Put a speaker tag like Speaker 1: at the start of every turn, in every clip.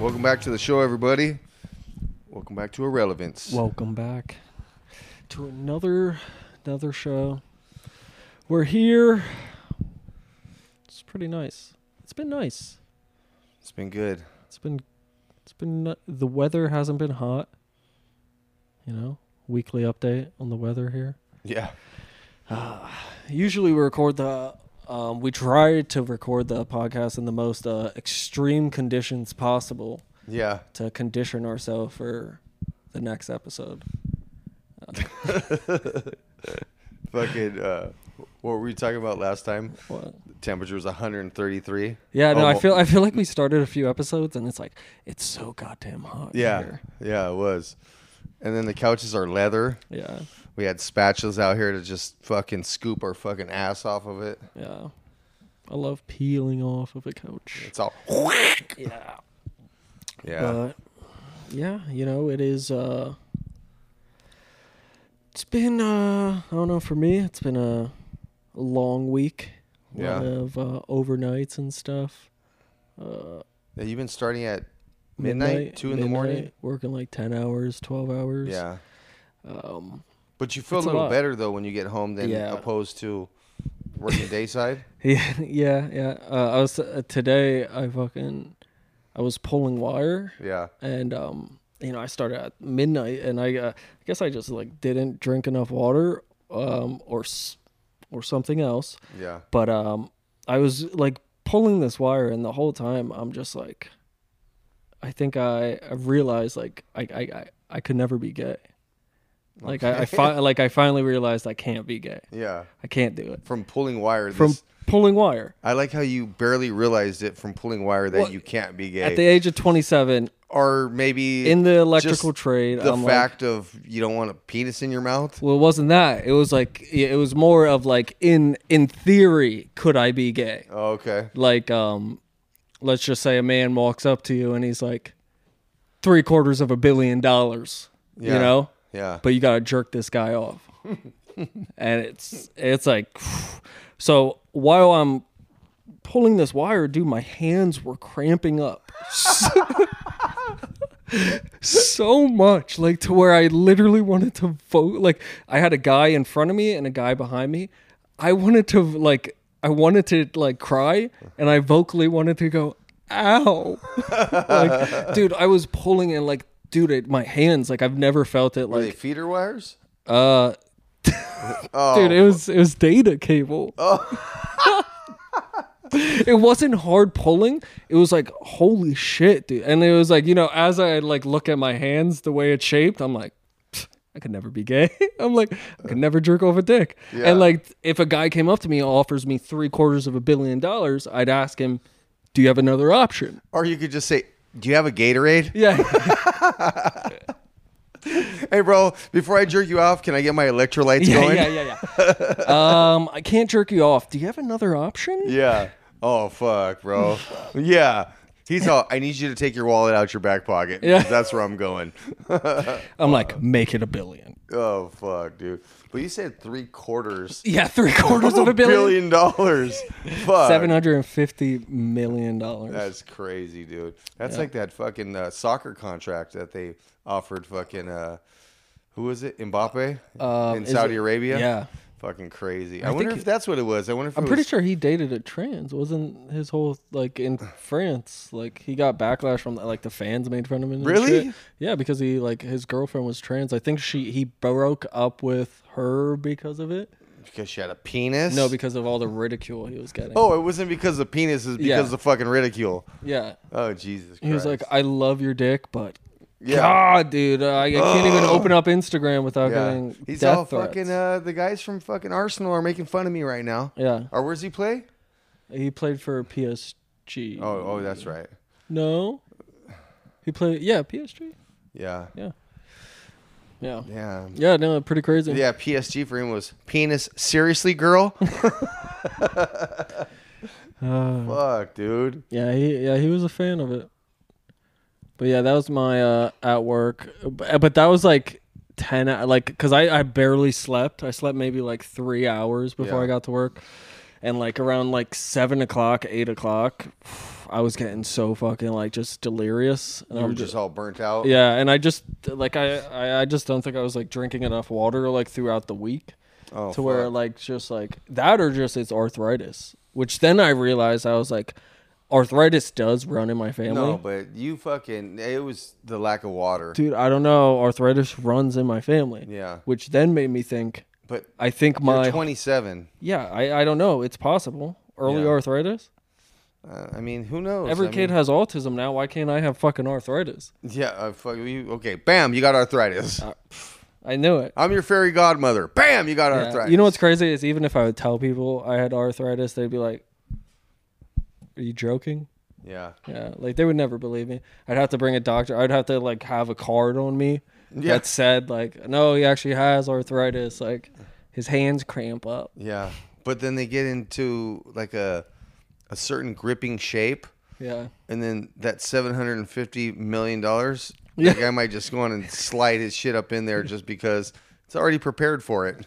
Speaker 1: Welcome back to the show, everybody. Welcome back to Irrelevance.
Speaker 2: Welcome back to another another show. We're here. It's pretty nice. It's been nice.
Speaker 1: it's been good.
Speaker 2: It's been it's been nu- the weather hasn't been hot. You know, weekly update on the weather here.
Speaker 1: Yeah.
Speaker 2: Usually we record the um, we try to record the podcast in the most uh, extreme conditions possible
Speaker 1: Yeah.
Speaker 2: to condition ourselves for the next episode.
Speaker 1: Fucking, uh, what were we talking about last time?
Speaker 2: What?
Speaker 1: The temperature was 133.
Speaker 2: Yeah, no, I
Speaker 1: Almo-
Speaker 2: feel I feel like we started a few episodes and it's like it's so goddamn hot.
Speaker 1: Yeah.
Speaker 2: here.
Speaker 1: Yeah, it was. And then the couches are leather.
Speaker 2: yeah,
Speaker 1: We had spatulas out here to just fucking scoop our fucking ass off of it.
Speaker 2: yeah. I love peeling off of a couch.
Speaker 1: It's all.
Speaker 2: Yeah,
Speaker 1: Yeah.
Speaker 2: but yeah, you know it is. uh It's been uh I don't know for me it's been a long week. A lot
Speaker 1: Yeah.
Speaker 2: of uh, overnights and stuff. Uh,
Speaker 1: Yeah, You've been starting at midnight, two in the morning.
Speaker 2: midnight, working like ten hours, twelve hours.
Speaker 1: Yeah.
Speaker 2: Um,
Speaker 1: But you feel
Speaker 2: It's
Speaker 1: a
Speaker 2: a
Speaker 1: little
Speaker 2: lot.
Speaker 1: better though when you get home than
Speaker 2: Yeah.
Speaker 1: opposed to working day side.
Speaker 2: Yeah, yeah, yeah. Uh, I was uh, today. I fucking, I was pulling wire,
Speaker 1: Yeah.
Speaker 2: and um, you know, I started at midnight, and I, uh, I guess I just like didn't drink enough water, um, or s- or something else.
Speaker 1: Yeah.
Speaker 2: But um, I was like pulling this wire, and the whole time I'm just like, I think I, I realized like I, I, I, I could never be gay. Like I, I fi- like I finally realized I can't be gay.
Speaker 1: Yeah.
Speaker 2: I can't do it
Speaker 1: From pulling wire. This,
Speaker 2: from pulling wire.
Speaker 1: I like how you barely realized it from pulling wire that
Speaker 2: Well,
Speaker 1: you can't be gay,
Speaker 2: At the age of 27,
Speaker 1: or maybe
Speaker 2: in the
Speaker 1: just
Speaker 2: electrical trade,
Speaker 1: the
Speaker 2: I'm like,
Speaker 1: fact of you don't want a penis in your mouth.
Speaker 2: well, it wasn't that. It was like yeah, it was more of like in in theory, could I be gay?
Speaker 1: Oh, okay.
Speaker 2: Like, um, let's just say a man walks up to you and he's like three quarters of a billion dollars,
Speaker 1: Yeah.
Speaker 2: you know,
Speaker 1: Yeah.
Speaker 2: but you gotta jerk this guy off, and it's it's like, so while I'm pulling this wire, dude, my hands were cramping up. so much like to where i literally wanted to vote like i had a guy in front of me and a guy behind me i wanted to like i wanted to like cry and i vocally wanted to go ow like dude i was pulling and like dude it, my hands like i've never felt it
Speaker 1: Were they
Speaker 2: like
Speaker 1: feeder wires?
Speaker 2: uh
Speaker 1: Oh,
Speaker 2: dude it was it was data cable it wasn't hard pulling it was like holy shit dude and it was like you know as i like look at my hands the way it's shaped i'm like "Pfft, i could never be gay i'm like i could never jerk off a dick
Speaker 1: Yeah.
Speaker 2: and like if a guy came up to me and offers me three quarters of a billion dollars i'd ask him do you have another option
Speaker 1: or you could just say, "Do you have a Gatorade?"
Speaker 2: yeah
Speaker 1: Hey, bro. Before I jerk you off, can I get my electrolytes
Speaker 2: yeah
Speaker 1: going?
Speaker 2: yeah yeah yeah um i can't jerk you off do you have another option
Speaker 1: Yeah. Oh fuck, bro. Yeah. He's all. I need you to take your wallet out your back pocket. Yeah.
Speaker 2: Yeah.
Speaker 1: That's where I'm going.
Speaker 2: i'm like make it a billion
Speaker 1: Oh fuck, dude. But you said three quarters
Speaker 2: Yeah, three quarters of a billion.
Speaker 1: billion dollars. Fuck.
Speaker 2: Seven hundred and fifty million dollars.
Speaker 1: That's crazy, dude. That's like that fucking uh, soccer contract that they offered fucking uh, who was it? Mbappe
Speaker 2: Um,
Speaker 1: in
Speaker 2: is
Speaker 1: Saudi
Speaker 2: it-
Speaker 1: Arabia.
Speaker 2: Yeah,
Speaker 1: Fucking crazy. I, wonder
Speaker 2: think
Speaker 1: if that's what it was. I wonder if
Speaker 2: I'm
Speaker 1: it
Speaker 2: pretty
Speaker 1: was,
Speaker 2: sure he dated a trans. Wasn't his whole like in France? Like he got backlash from like the fans made fun of him. and
Speaker 1: Really?
Speaker 2: shit. Yeah, because he like his girlfriend was trans. I think she he broke up with her because of it.
Speaker 1: because she had a penis.
Speaker 2: No, because of all the ridicule he was getting.
Speaker 1: oh, it wasn't because of penis. It was because
Speaker 2: Yeah.
Speaker 1: of the fucking ridicule.
Speaker 2: yeah.
Speaker 1: Oh Jesus. Christ.
Speaker 2: He was like, "I love your dick, but
Speaker 1: Yeah. Oh.
Speaker 2: God, dude, I, I can't even open up Instagram without
Speaker 1: Yeah.
Speaker 2: getting
Speaker 1: He's
Speaker 2: death
Speaker 1: all
Speaker 2: threats."
Speaker 1: fucking. Uh, the guys from fucking Arsenal are making fun of me right now.
Speaker 2: yeah,
Speaker 1: Or where's he play?
Speaker 2: he played for PSG.
Speaker 1: Oh, oh, that's right.
Speaker 2: No. He played yeah, PSG.
Speaker 1: Yeah,
Speaker 2: Yeah.
Speaker 1: yeah,
Speaker 2: Yeah, no, pretty crazy.
Speaker 1: yeah. PSG for him was penis. Seriously, girl.
Speaker 2: Uh,
Speaker 1: Fuck, dude.
Speaker 2: yeah, he yeah, he was a fan of it. But yeah, that was my uh at work. But, but that was like uh, 10 hou- like cuz I I barely slept. I slept maybe like 3 hours before
Speaker 1: Yeah.
Speaker 2: I got to work. and like around like seven o'clock, eight o'clock, I was getting so fucking like just delirious, and
Speaker 1: You were
Speaker 2: I'm
Speaker 1: just all burnt out.
Speaker 2: Um, yeah, and I just like I, I I just don't think I was like drinking enough water like throughout the week
Speaker 1: Oh,
Speaker 2: to where like just like that or just it's arthritis, which then I realized I was like arthritis does run in my family.
Speaker 1: no, but you fucking it was the lack of water.
Speaker 2: Dude, I don't know, arthritis runs in my family.
Speaker 1: Yeah.
Speaker 2: Which then made me think
Speaker 1: But
Speaker 2: I think
Speaker 1: you're
Speaker 2: my
Speaker 1: 27.
Speaker 2: Yeah, I I don't know, it's possible. Early
Speaker 1: Yeah.
Speaker 2: arthritis?
Speaker 1: Uh, I mean, who knows?
Speaker 2: Every
Speaker 1: I
Speaker 2: kid
Speaker 1: mean,
Speaker 2: has autism now. Why can't I have fucking arthritis?
Speaker 1: yeah. Uh, fuck you. Okay. Bam. You got arthritis.
Speaker 2: Uh, I knew it.
Speaker 1: I'm your fairy godmother. Bam. You got
Speaker 2: Yeah.
Speaker 1: arthritis.
Speaker 2: You know what's crazy is even if I would tell people I had arthritis, they'd be like, "Are you joking?"
Speaker 1: Yeah.
Speaker 2: Yeah, like they would never believe me. I'd have to bring a doctor. I'd have to like have a card on me
Speaker 1: Yeah.
Speaker 2: that said like, "No, he actually has arthritis. Like, his hands cramp up."
Speaker 1: Yeah. But then they get into like a a certain gripping shape.
Speaker 2: Yeah,
Speaker 1: And then that seven hundred and fifty million dollars,
Speaker 2: Yeah.
Speaker 1: that guy might just go on and slide his shit up in there just because it's already prepared for it.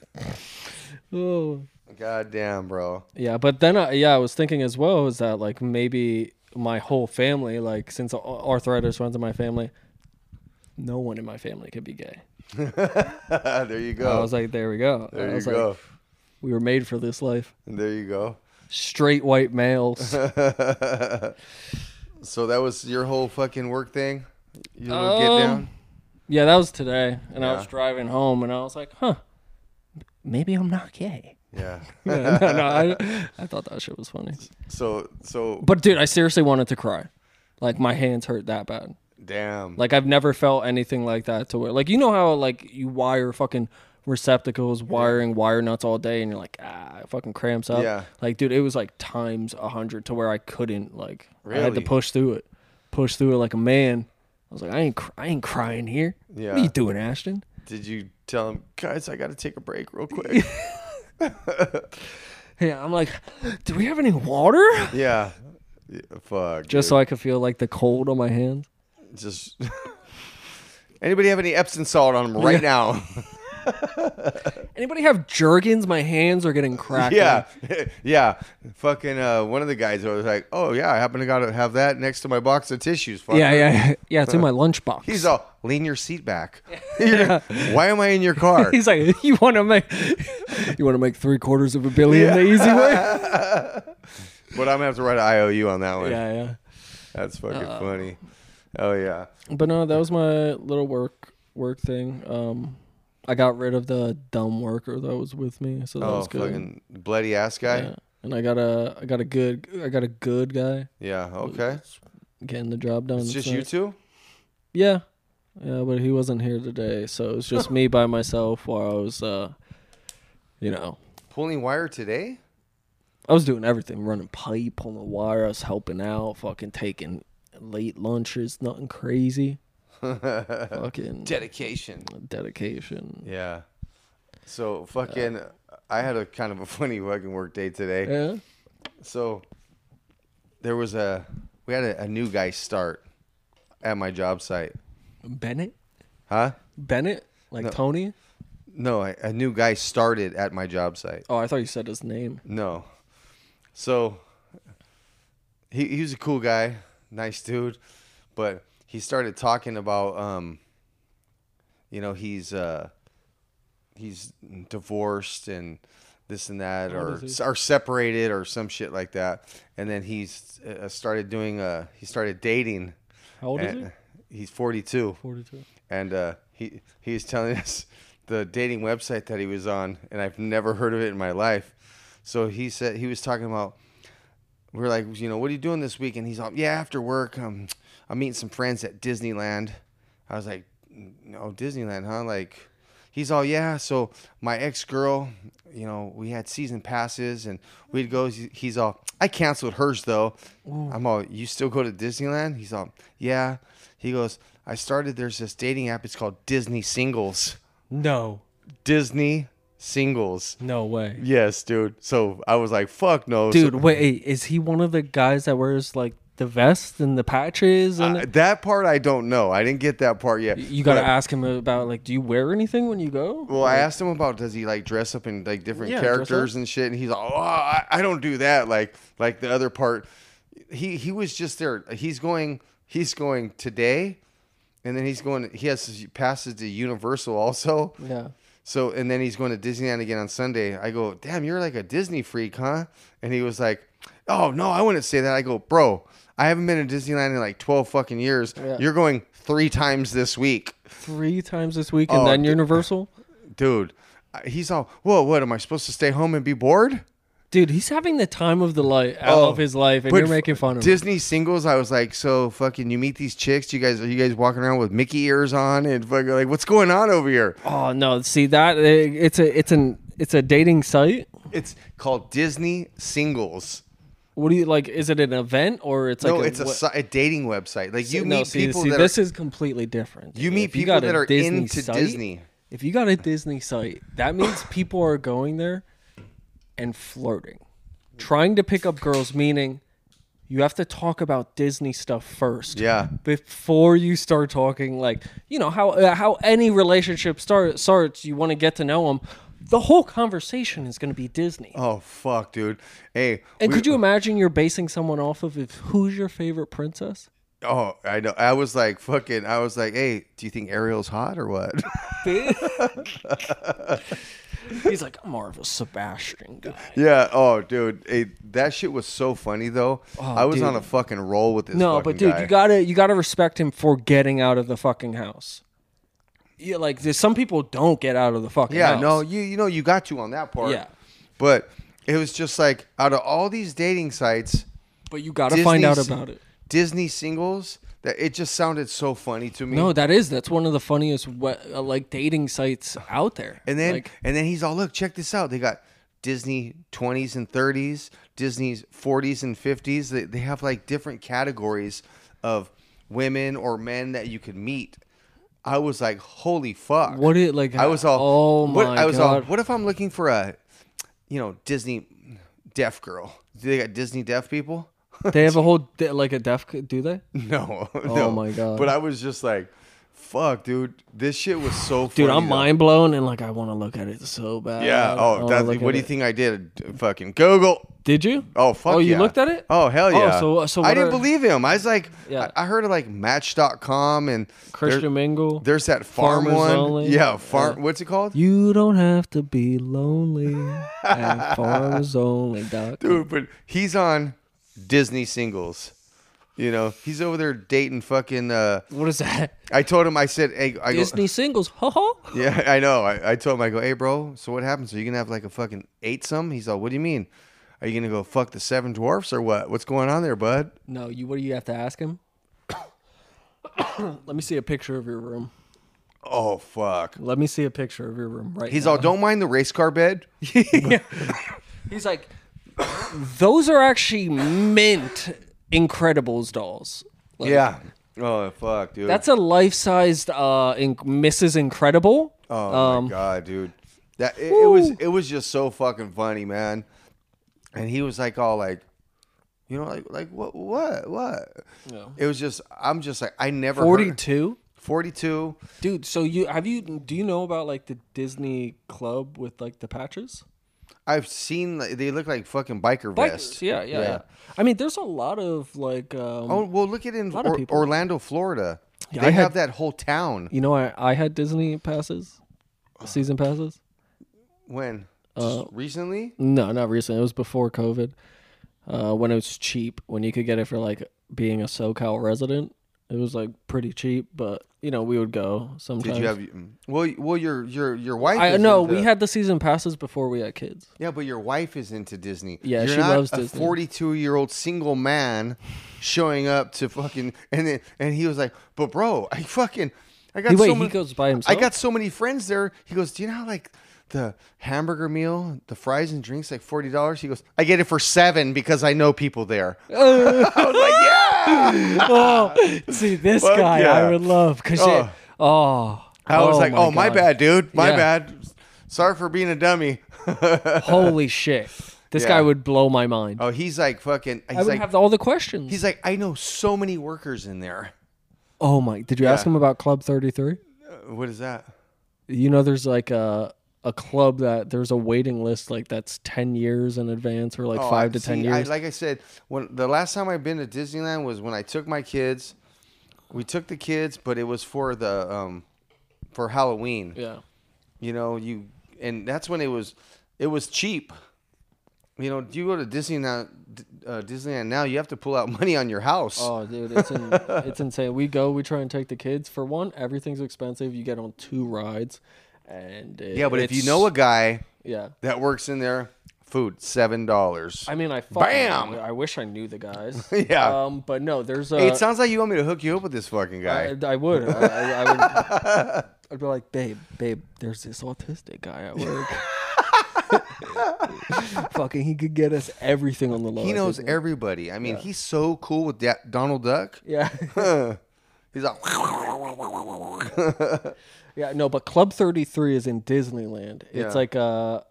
Speaker 2: oh
Speaker 1: God damn, bro.
Speaker 2: yeah. But then, I, yeah, I was thinking as well is that like maybe my whole family, like since ar- arthritis runs in my family, no one in my family could be gay.
Speaker 1: there you
Speaker 2: I
Speaker 1: go.
Speaker 2: was like, there we go. I
Speaker 1: there you
Speaker 2: was
Speaker 1: go.
Speaker 2: Like, we were made for this life.
Speaker 1: there you go.
Speaker 2: Straight white males.
Speaker 1: So that was your whole fucking work thing. You little
Speaker 2: Um,
Speaker 1: get down.
Speaker 2: yeah, that was today. And I was
Speaker 1: Yeah.
Speaker 2: driving home and I was like, huh, maybe I'm not gay.
Speaker 1: Yeah.
Speaker 2: Yeah, no, no, I, I thought that shit was funny.
Speaker 1: So so
Speaker 2: But dude, I seriously wanted to cry. Like my hands hurt that bad.
Speaker 1: damn.
Speaker 2: Like I've never felt anything like that to where like you know how like you wire fucking receptacles, wiring wire nuts all day and you're like, ah, it fucking cramps up.
Speaker 1: Yeah.
Speaker 2: Like, dude, it was like times a hundred to where I couldn't like I had to
Speaker 1: Really?
Speaker 2: push through it. Push through it like a man. I was like, I ain't cr- I ain't crying here. What
Speaker 1: Yeah.
Speaker 2: are you doing, Ashton?
Speaker 1: Did you tell him, guys? I got to take a break real quick.
Speaker 2: Yeah, I'm like, do we have any water?
Speaker 1: yeah. Yeah, Fuck.
Speaker 2: Just so I could feel like the cold on my hands.
Speaker 1: dude. just. Anybody have any Epsom salt on them right now?
Speaker 2: Anybody have Jergens? My hands are getting cracked.
Speaker 1: Yeah, yeah. Fucking uh, one of the guys was like, "Oh yeah, I happen to got to have that next to my box of tissues." fucker."
Speaker 2: Yeah, yeah, yeah. It's in my lunchbox.
Speaker 1: He's all, "Lean your seat back." You're like, Why am I in your car?
Speaker 2: He's like, you want to make, you want to make three quarters of a billion the easy way.
Speaker 1: but I'm gonna have to write an IOU on that one.
Speaker 2: Yeah, yeah.
Speaker 1: That's fucking funny. Oh yeah,
Speaker 2: But no, that was my little work work thing. Um, I got rid of the dumb worker that was with me, so that
Speaker 1: oh
Speaker 2: was good.
Speaker 1: fucking bloody ass guy.
Speaker 2: Yeah. And I got a, I got a good, I got a good guy
Speaker 1: Yeah. okay.
Speaker 2: getting the job done.
Speaker 1: It's just
Speaker 2: nice.
Speaker 1: you two.
Speaker 2: Yeah. Yeah, but he wasn't here today, so it was just me by myself while I was uh you know,
Speaker 1: Pulling wire today.
Speaker 2: I was doing everything, running pipe, pulling wire, I was helping out, fucking taking late lunches, nothing crazy. fucking
Speaker 1: Dedication.
Speaker 2: dedication.
Speaker 1: Yeah. So fucking, I had a kind of a funny fucking work day today.
Speaker 2: Yeah.
Speaker 1: So there was a we had a, a new guy start at my job site,
Speaker 2: Bennett?
Speaker 1: huh?
Speaker 2: Bennett? Like Tony?
Speaker 1: No, a, a new guy started at my job site.
Speaker 2: Oh, I thought you said his name.
Speaker 1: No, so he he was a cool guy, nice dude, but he started talking about um, you know, he's uh, he's divorced and this and that, or or separated or some shit like that, and then he's uh, started doing uh, he started dating.
Speaker 2: How old is he?
Speaker 1: and He's 42,
Speaker 2: Forty two.
Speaker 1: and uh, he he was telling us the dating website that he was on, and I've never heard of it in my life. So he said he was talking about. We are like, you know, what are you doing this week? And he's like, yeah, after work, um, I'm meeting some friends at Disneyland. I was like, no, Disneyland, huh? Like, he's all, yeah. So my ex girl, you know, we had season passes, and we'd go. He's all, I canceled hers though. I'm all, you still go to Disneyland? He's all, yeah. He goes, I started. There's this dating app. It's called Disney Singles.
Speaker 2: No.
Speaker 1: Disney Singles.
Speaker 2: No way.
Speaker 1: Yes, dude. So I was like, fuck no. So-
Speaker 2: Dude, wait, is he one of the guys that wears like the vest and the patches and
Speaker 1: Uh, that part I don't know. I didn't get that part yet.
Speaker 2: you got to
Speaker 1: But-
Speaker 2: ask him about like do you wear anything when you go?
Speaker 1: Well, I asked him about does he like dress up in like different
Speaker 2: Yeah, dress up.
Speaker 1: characters and shit, and he's like, oh, I, I don't do that. Like like the other part, he he was just there. He's going he's going today, and then he's going. He has passes to Universal also.
Speaker 2: yeah.
Speaker 1: So and then he's going to Disneyland again on Sunday. I go, damn, you're like a Disney freak, huh? And he was like, oh no, I wouldn't say that. I go, bro, I haven't been to Disneyland in like twelve fucking years.
Speaker 2: Yeah.
Speaker 1: You're going three times this week.
Speaker 2: 3 times this week and
Speaker 1: Oh,
Speaker 2: then
Speaker 1: d-
Speaker 2: Universal?
Speaker 1: dude I- he's all whoa what am i supposed to stay home and be bored
Speaker 2: Dude, he's having the time of the life
Speaker 1: Oh,
Speaker 2: of his life and
Speaker 1: but
Speaker 2: you're
Speaker 1: f-
Speaker 2: making fun of him.
Speaker 1: disney singles i was like so fucking you meet these chicks you guys are you guys walking around with mickey ears on and fucking like what's going on over here
Speaker 2: Oh no, see that eh, it's a it's an it's a dating site.
Speaker 1: it's called disney singles
Speaker 2: What do you like? Is it an event or it's like
Speaker 1: no it's a,
Speaker 2: what-
Speaker 1: si- a dating website like you
Speaker 2: no,
Speaker 1: meet
Speaker 2: see,
Speaker 1: people
Speaker 2: see,
Speaker 1: that
Speaker 2: this
Speaker 1: are,
Speaker 2: is completely different.
Speaker 1: you meet
Speaker 2: If
Speaker 1: people
Speaker 2: got
Speaker 1: that
Speaker 2: a
Speaker 1: are
Speaker 2: Disney
Speaker 1: into
Speaker 2: site-
Speaker 1: disney
Speaker 2: If you got a Disney site, that means people are going there and flirting, trying to pick up girls. Meaning, you have to talk about Disney stuff first.
Speaker 1: yeah
Speaker 2: Before you start talking, like you know how uh, how any relationship start, starts, you want to get to know them. The whole conversation is going to be Disney.
Speaker 1: oh fuck dude hey
Speaker 2: and
Speaker 1: we-
Speaker 2: could you imagine you're basing someone off of if who's your favorite princess?
Speaker 1: oh i know i was like fucking i was like hey do you think ariel's hot or what
Speaker 2: He's like, I'm more of a Sebastian guy.
Speaker 1: Yeah. Oh, dude, Hey, that shit was so funny though. I was
Speaker 2: Oh, dude.
Speaker 1: on a fucking roll with this.
Speaker 2: No,
Speaker 1: fucking
Speaker 2: but dude,
Speaker 1: guy.
Speaker 2: you gotta you gotta respect him for getting out of the fucking house. Yeah, like there's some people don't get out of the fucking
Speaker 1: yeah.
Speaker 2: house.
Speaker 1: No, you you know you got to on that part.
Speaker 2: Yeah.
Speaker 1: But it was just like out of all these dating sites,
Speaker 2: but you gotta find out
Speaker 1: Disney's-
Speaker 2: about it.
Speaker 1: Disney singles. That it just sounded so funny to me.
Speaker 2: No, that is that's one of the funniest we- uh, like dating sites out there.
Speaker 1: And then
Speaker 2: like,
Speaker 1: and then he's all, look, check this out. They got Disney 20s and 30s, Disney's 40s and 50s. They, they have like different categories of women or men that you could meet. I was like, holy fuck.
Speaker 2: What it- like,
Speaker 1: I was all
Speaker 2: oh
Speaker 1: what,
Speaker 2: my
Speaker 1: I was all
Speaker 2: God.
Speaker 1: what if I'm looking for a you know, Disney deaf girl? Do they got Disney deaf people?
Speaker 2: they have a whole de- like a deaf do they?
Speaker 1: No. Oh
Speaker 2: my God.
Speaker 1: But I was just like, fuck, dude. This shit was so funny.
Speaker 2: Dude, I'm
Speaker 1: though.
Speaker 2: mind blown and like I want to look at it so bad.
Speaker 1: Yeah.
Speaker 2: I
Speaker 1: Oh,
Speaker 2: wanna
Speaker 1: that's,
Speaker 2: Um, look
Speaker 1: what
Speaker 2: at
Speaker 1: do you
Speaker 2: it.
Speaker 1: think I did? Fucking Google.
Speaker 2: Did you?
Speaker 1: Oh fuck.
Speaker 2: Oh, you
Speaker 1: yeah.
Speaker 2: looked at it?
Speaker 1: Oh hell
Speaker 2: Oh,
Speaker 1: yeah.
Speaker 2: so- so
Speaker 1: I
Speaker 2: what
Speaker 1: didn't
Speaker 2: are-
Speaker 1: believe him. I was like,
Speaker 2: Yeah.
Speaker 1: I, I heard of like Match.com and there-
Speaker 2: Christian Mingle.
Speaker 1: there's that farm
Speaker 2: Farmers
Speaker 1: one.
Speaker 2: Only.
Speaker 1: Yeah, farm. What's it called?
Speaker 2: You don't have to be lonely at farmers only, doc.
Speaker 1: Dude, but he's on Disney singles. You know, he's over there dating fucking. Uh,
Speaker 2: What is that?
Speaker 1: I told him. I said, hey, I go,
Speaker 2: Disney singles. Ho ho.
Speaker 1: Yeah, I know. I, I told him, I go, hey, bro, so what happens? Are you going to have like a fucking eight some? He's all, what do you mean? Are you going to go fuck the seven dwarfs or what? What's going on there, bud?
Speaker 2: No, you what do you have to ask him? Let me see a picture of your room.
Speaker 1: Oh, fuck.
Speaker 2: Let me see a picture of your room right
Speaker 1: He's
Speaker 2: now.
Speaker 1: all, don't mind the race car bed.
Speaker 2: He's like those are actually mint Incredibles dolls. Like,
Speaker 1: Yeah. Oh, fuck, dude.
Speaker 2: That's a life-sized uh in- Mrs. Incredible.
Speaker 1: oh,
Speaker 2: um,
Speaker 1: my God, dude. That it, it was it was just so fucking funny, man. And he was like all like, you know, like like what what what?
Speaker 2: Yeah.
Speaker 1: It was just I'm just like I never heard-
Speaker 2: 42?
Speaker 1: 42.
Speaker 2: Dude, so you have you do you know about like the Disney club with like the patches?
Speaker 1: I've seen like, they look like fucking biker vests.
Speaker 2: Bikers, yeah, yeah,
Speaker 1: Yeah.
Speaker 2: yeah. I mean, there's a lot of like, um,
Speaker 1: Oh well, look at in
Speaker 2: lot of
Speaker 1: Or-
Speaker 2: people.
Speaker 1: Orlando, Florida.
Speaker 2: Yeah,
Speaker 1: they
Speaker 2: I
Speaker 1: have that
Speaker 2: had-
Speaker 1: whole town.
Speaker 2: you know, I, I had Disney passes,
Speaker 1: Oh.
Speaker 2: season passes.
Speaker 1: When
Speaker 2: Uh,
Speaker 1: Just recently,
Speaker 2: No, not recently. It was before COVID, uh, when it was cheap, when you could get it for like being a SoCal resident. It was like pretty cheap, but you know, we would go
Speaker 1: did
Speaker 2: sometimes.
Speaker 1: you have? mm, uh, Well, well, your your your wife.
Speaker 2: I
Speaker 1: is
Speaker 2: no,
Speaker 1: into-
Speaker 2: we had the season passes before we had kids.
Speaker 1: Yeah, but your wife is into Disney.
Speaker 2: Yeah,
Speaker 1: You're
Speaker 2: she
Speaker 1: not
Speaker 2: loves
Speaker 1: a
Speaker 2: Disney.
Speaker 1: Forty-two-year-old single man showing up to fucking and then and he was like, "But bro, I fucking I got
Speaker 2: He- wait,
Speaker 1: so
Speaker 2: he
Speaker 1: many,
Speaker 2: goes by
Speaker 1: I
Speaker 2: himself?
Speaker 1: got so many friends there." He goes, "Do you know how like the hamburger meal, the fries and drinks like forty dollars?" He goes, "I get it for seven because I know people there." I was like, "Yeah."
Speaker 2: Oh, see this
Speaker 1: Fuck
Speaker 2: guy,
Speaker 1: yeah.
Speaker 2: I would love because
Speaker 1: Oh.
Speaker 2: oh. oh,
Speaker 1: I was like, "Oh, my
Speaker 2: God.
Speaker 1: bad, dude. My
Speaker 2: Yeah.
Speaker 1: bad. Sorry for being a dummy."
Speaker 2: Holy shit. This
Speaker 1: Yeah.
Speaker 2: guy would blow my mind.
Speaker 1: Oh, he's like fucking.
Speaker 2: I
Speaker 1: He's
Speaker 2: would
Speaker 1: like
Speaker 2: have all the questions.
Speaker 1: he's like I know so many workers in there.
Speaker 2: oh my! Did you ask him about Club Thirty Three?
Speaker 1: Uh, What is that?
Speaker 2: You know, there's like a a club that there's a waiting list like that's ten years in advance or like
Speaker 1: Oh,
Speaker 2: five
Speaker 1: I-
Speaker 2: to ten
Speaker 1: see, I-
Speaker 2: years.
Speaker 1: like I said, when the last time I've been to Disneyland was when I took my kids. We took the kids, but it was for the um, for Halloween.
Speaker 2: yeah.
Speaker 1: You know, you and that's when it was it was cheap. You know, do you go to Disneyland uh, Disneyland now? You have to pull out money on your house.
Speaker 2: Oh, dude, it's in, it's insane. We go, we try and take the kids. For one, everything's expensive. You get on two rides, and it-
Speaker 1: yeah, but if you
Speaker 2: it's-
Speaker 1: know a guy
Speaker 2: yeah.
Speaker 1: that works in there, food seven dollars.
Speaker 2: I mean, I fucking,
Speaker 1: Bam!
Speaker 2: I wish I knew the guys.
Speaker 1: Yeah.
Speaker 2: Um, but no, there's a.
Speaker 1: it sounds like you want me to hook you up with this fucking guy.
Speaker 2: I, I would. I, I, I would. I'd be like, babe, babe. There's this autistic guy at work. Fucking, he could get us everything on the low.
Speaker 1: he
Speaker 2: I
Speaker 1: knows
Speaker 2: think.
Speaker 1: everybody. I mean, he's so cool with da- Donald Duck.
Speaker 2: Yeah,
Speaker 1: Huh. He's like,
Speaker 2: yeah. No, but Club Thirty Three is in Disneyland.
Speaker 1: Yeah.
Speaker 2: It's like a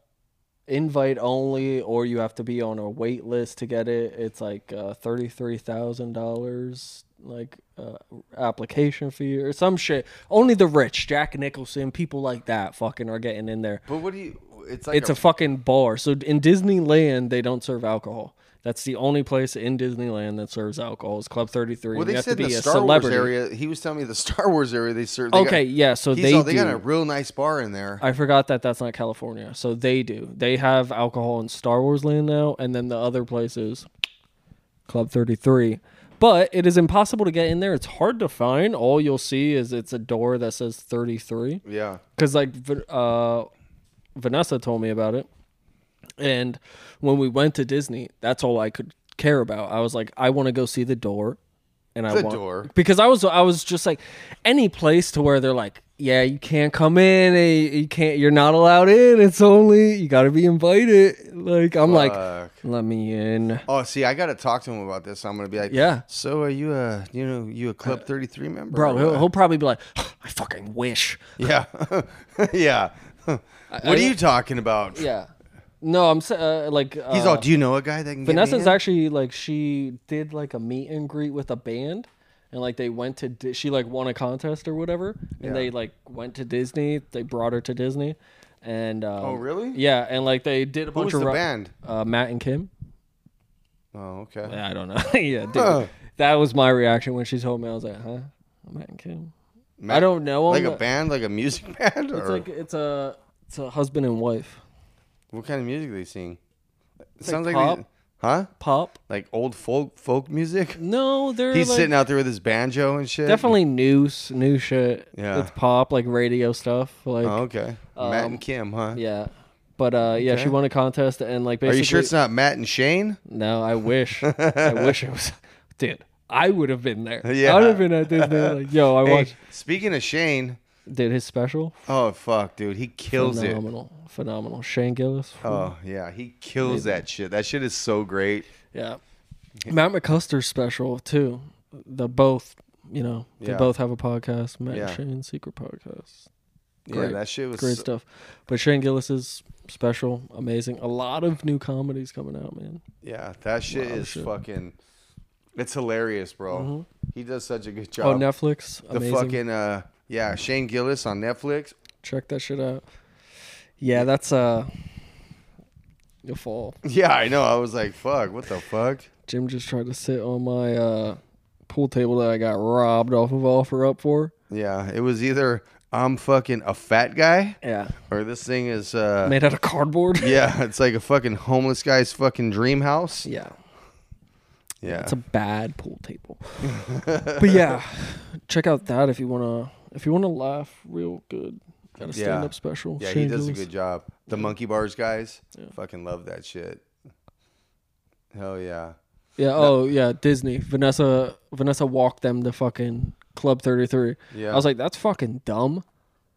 Speaker 2: invite only, or you have to be on a wait list to get it. It's like uh, thirty three thousand dollars, like uh, application fee or some shit. Only the rich, Jack Nicholson, people like that, fucking are getting in there.
Speaker 1: but what do you? It's like
Speaker 2: it's a fucking bar. So in Disneyland, they don't serve alcohol. That's the only place in Disneyland that serves alcohol is Club 33.
Speaker 1: well,
Speaker 2: you
Speaker 1: they
Speaker 2: have to
Speaker 1: said
Speaker 2: be
Speaker 1: in the
Speaker 2: a
Speaker 1: Star
Speaker 2: celebrity.
Speaker 1: Wars area. He was telling me the Star Wars area they serve. They
Speaker 2: okay,
Speaker 1: got,
Speaker 2: yeah, so
Speaker 1: he's
Speaker 2: they
Speaker 1: all- they got
Speaker 2: do.
Speaker 1: a real nice bar in there.
Speaker 2: I forgot that that's not California. So they do. They have alcohol in Star Wars Land now, and then the other place is Club 33. But it is impossible to get in there. It's hard to find. All you'll see is it's a door that says 33.
Speaker 1: yeah,
Speaker 2: because like V- uh, Vanessa told me about it, and when we went to Disney, that's all I could care about. I was like, I want to go see the door, and I
Speaker 1: The
Speaker 2: want
Speaker 1: door.
Speaker 2: because I was I was just like any place to where they're like, yeah, you can't come in, eh, you can't, you're not allowed in. It's only you got to be invited. Like I'm like,
Speaker 1: Fuck.
Speaker 2: let me in.
Speaker 1: Uh, Oh, see, I gotta talk to him about this. I'm gonna be like,
Speaker 2: Yeah. Uh,
Speaker 1: So are you a you know you a Club 33 member,
Speaker 2: Bro,
Speaker 1: or
Speaker 2: he'll,
Speaker 1: what?"
Speaker 2: he'll probably be like, I fucking wish.
Speaker 1: Yeah, yeah. what
Speaker 2: I-
Speaker 1: are you talking about?
Speaker 2: Yeah. No, I'm sa- uh, like uh,
Speaker 1: He's all. Do you know a guy that can? get me
Speaker 2: Vanessa's
Speaker 1: in?"
Speaker 2: actually like she did like a meet and greet with a band, and like they went to Di- she like won a contest or whatever, and
Speaker 1: Yeah.
Speaker 2: they like went to Disney. They brought her to Disney, and um,
Speaker 1: Oh, really?
Speaker 2: Yeah, and like they did a bunch
Speaker 1: was
Speaker 2: of
Speaker 1: the
Speaker 2: ri-
Speaker 1: band?
Speaker 2: Uh, Matt and Kim.
Speaker 1: Oh, okay.
Speaker 2: Yeah, I don't know. yeah, dude,
Speaker 1: Huh.
Speaker 2: that was my reaction when she told me. I was like, huh, Matt and Kim. I
Speaker 1: Matt-
Speaker 2: don't know.
Speaker 1: Like
Speaker 2: I'm
Speaker 1: a
Speaker 2: not-
Speaker 1: band, like a music band,
Speaker 2: It's
Speaker 1: or
Speaker 2: like it's a it's a husband and wife
Speaker 1: what kind of music they sing? It
Speaker 2: like
Speaker 1: sounds like,
Speaker 2: pop.
Speaker 1: they- huh?
Speaker 2: pop.
Speaker 1: Like old folk folk music.
Speaker 2: No, they're
Speaker 1: He's
Speaker 2: like,
Speaker 1: sitting out there with his banjo and shit.
Speaker 2: definitely new s- new shit.
Speaker 1: Yeah.
Speaker 2: it's pop like radio stuff. Like
Speaker 1: Oh, okay. Matt and Kim, huh?
Speaker 2: Um, Yeah. But uh, yeah, she
Speaker 1: Okay.
Speaker 2: won a contest and like
Speaker 1: Are
Speaker 2: basically.
Speaker 1: you sure it's not Matt and Shane?
Speaker 2: No, I wish. I wish it was. Dude, I would have been there. I
Speaker 1: Yeah.
Speaker 2: would have been at Disney. Like, yo, I
Speaker 1: Hey,
Speaker 2: watched.
Speaker 1: speaking of Shane,
Speaker 2: Did his special?
Speaker 1: oh fuck, dude, he kills it.
Speaker 2: Phenomenal, phenomenal. Shane Gillis.
Speaker 1: Oh yeah, he kills that shit. That shit is so great.
Speaker 2: Yeah. Matt McCuster's special too. The both, you know, they
Speaker 1: Yeah.
Speaker 2: both have a podcast. Matt
Speaker 1: Yeah.
Speaker 2: and Shane secret podcast.
Speaker 1: Yeah,
Speaker 2: Great.
Speaker 1: that shit was.
Speaker 2: Great
Speaker 1: so-
Speaker 2: stuff. But Shane Gillis's special, amazing. A lot of new comedies coming out, man.
Speaker 1: yeah, that shit
Speaker 2: Wow,
Speaker 1: is
Speaker 2: shit. Mm-hmm.
Speaker 1: fucking. It's hilarious, bro. He does such a good job.
Speaker 2: Oh, Netflix.
Speaker 1: the
Speaker 2: Amazing.
Speaker 1: fucking uh, yeah, Shane Gillis on Netflix.
Speaker 2: check that shit out. Yeah, that's uh you'll fall.
Speaker 1: Yeah, I know. I was like, fuck, what the fuck?
Speaker 2: Jim just tried to sit on my uh pool table that I got robbed off of offer up for.
Speaker 1: Yeah, it was either I'm fucking a fat guy
Speaker 2: Yeah.
Speaker 1: or this thing is uh
Speaker 2: Made out of cardboard.
Speaker 1: yeah, it's like a fucking homeless guy's fucking dream house.
Speaker 2: yeah.
Speaker 1: Yeah.
Speaker 2: It's a bad pool table. but yeah, check out that if you wanna if you wanna laugh real good. Got a
Speaker 1: Yeah.
Speaker 2: stand up special.
Speaker 1: yeah, he
Speaker 2: Shane
Speaker 1: does a
Speaker 2: Gillis.
Speaker 1: good job. The monkey bars guys fucking love that shit. Hell yeah.
Speaker 2: Yeah, oh yeah, Disney. Vanessa Vanessa walked them to fucking Club 33.
Speaker 1: Yeah.
Speaker 2: I was like, that's fucking dumb.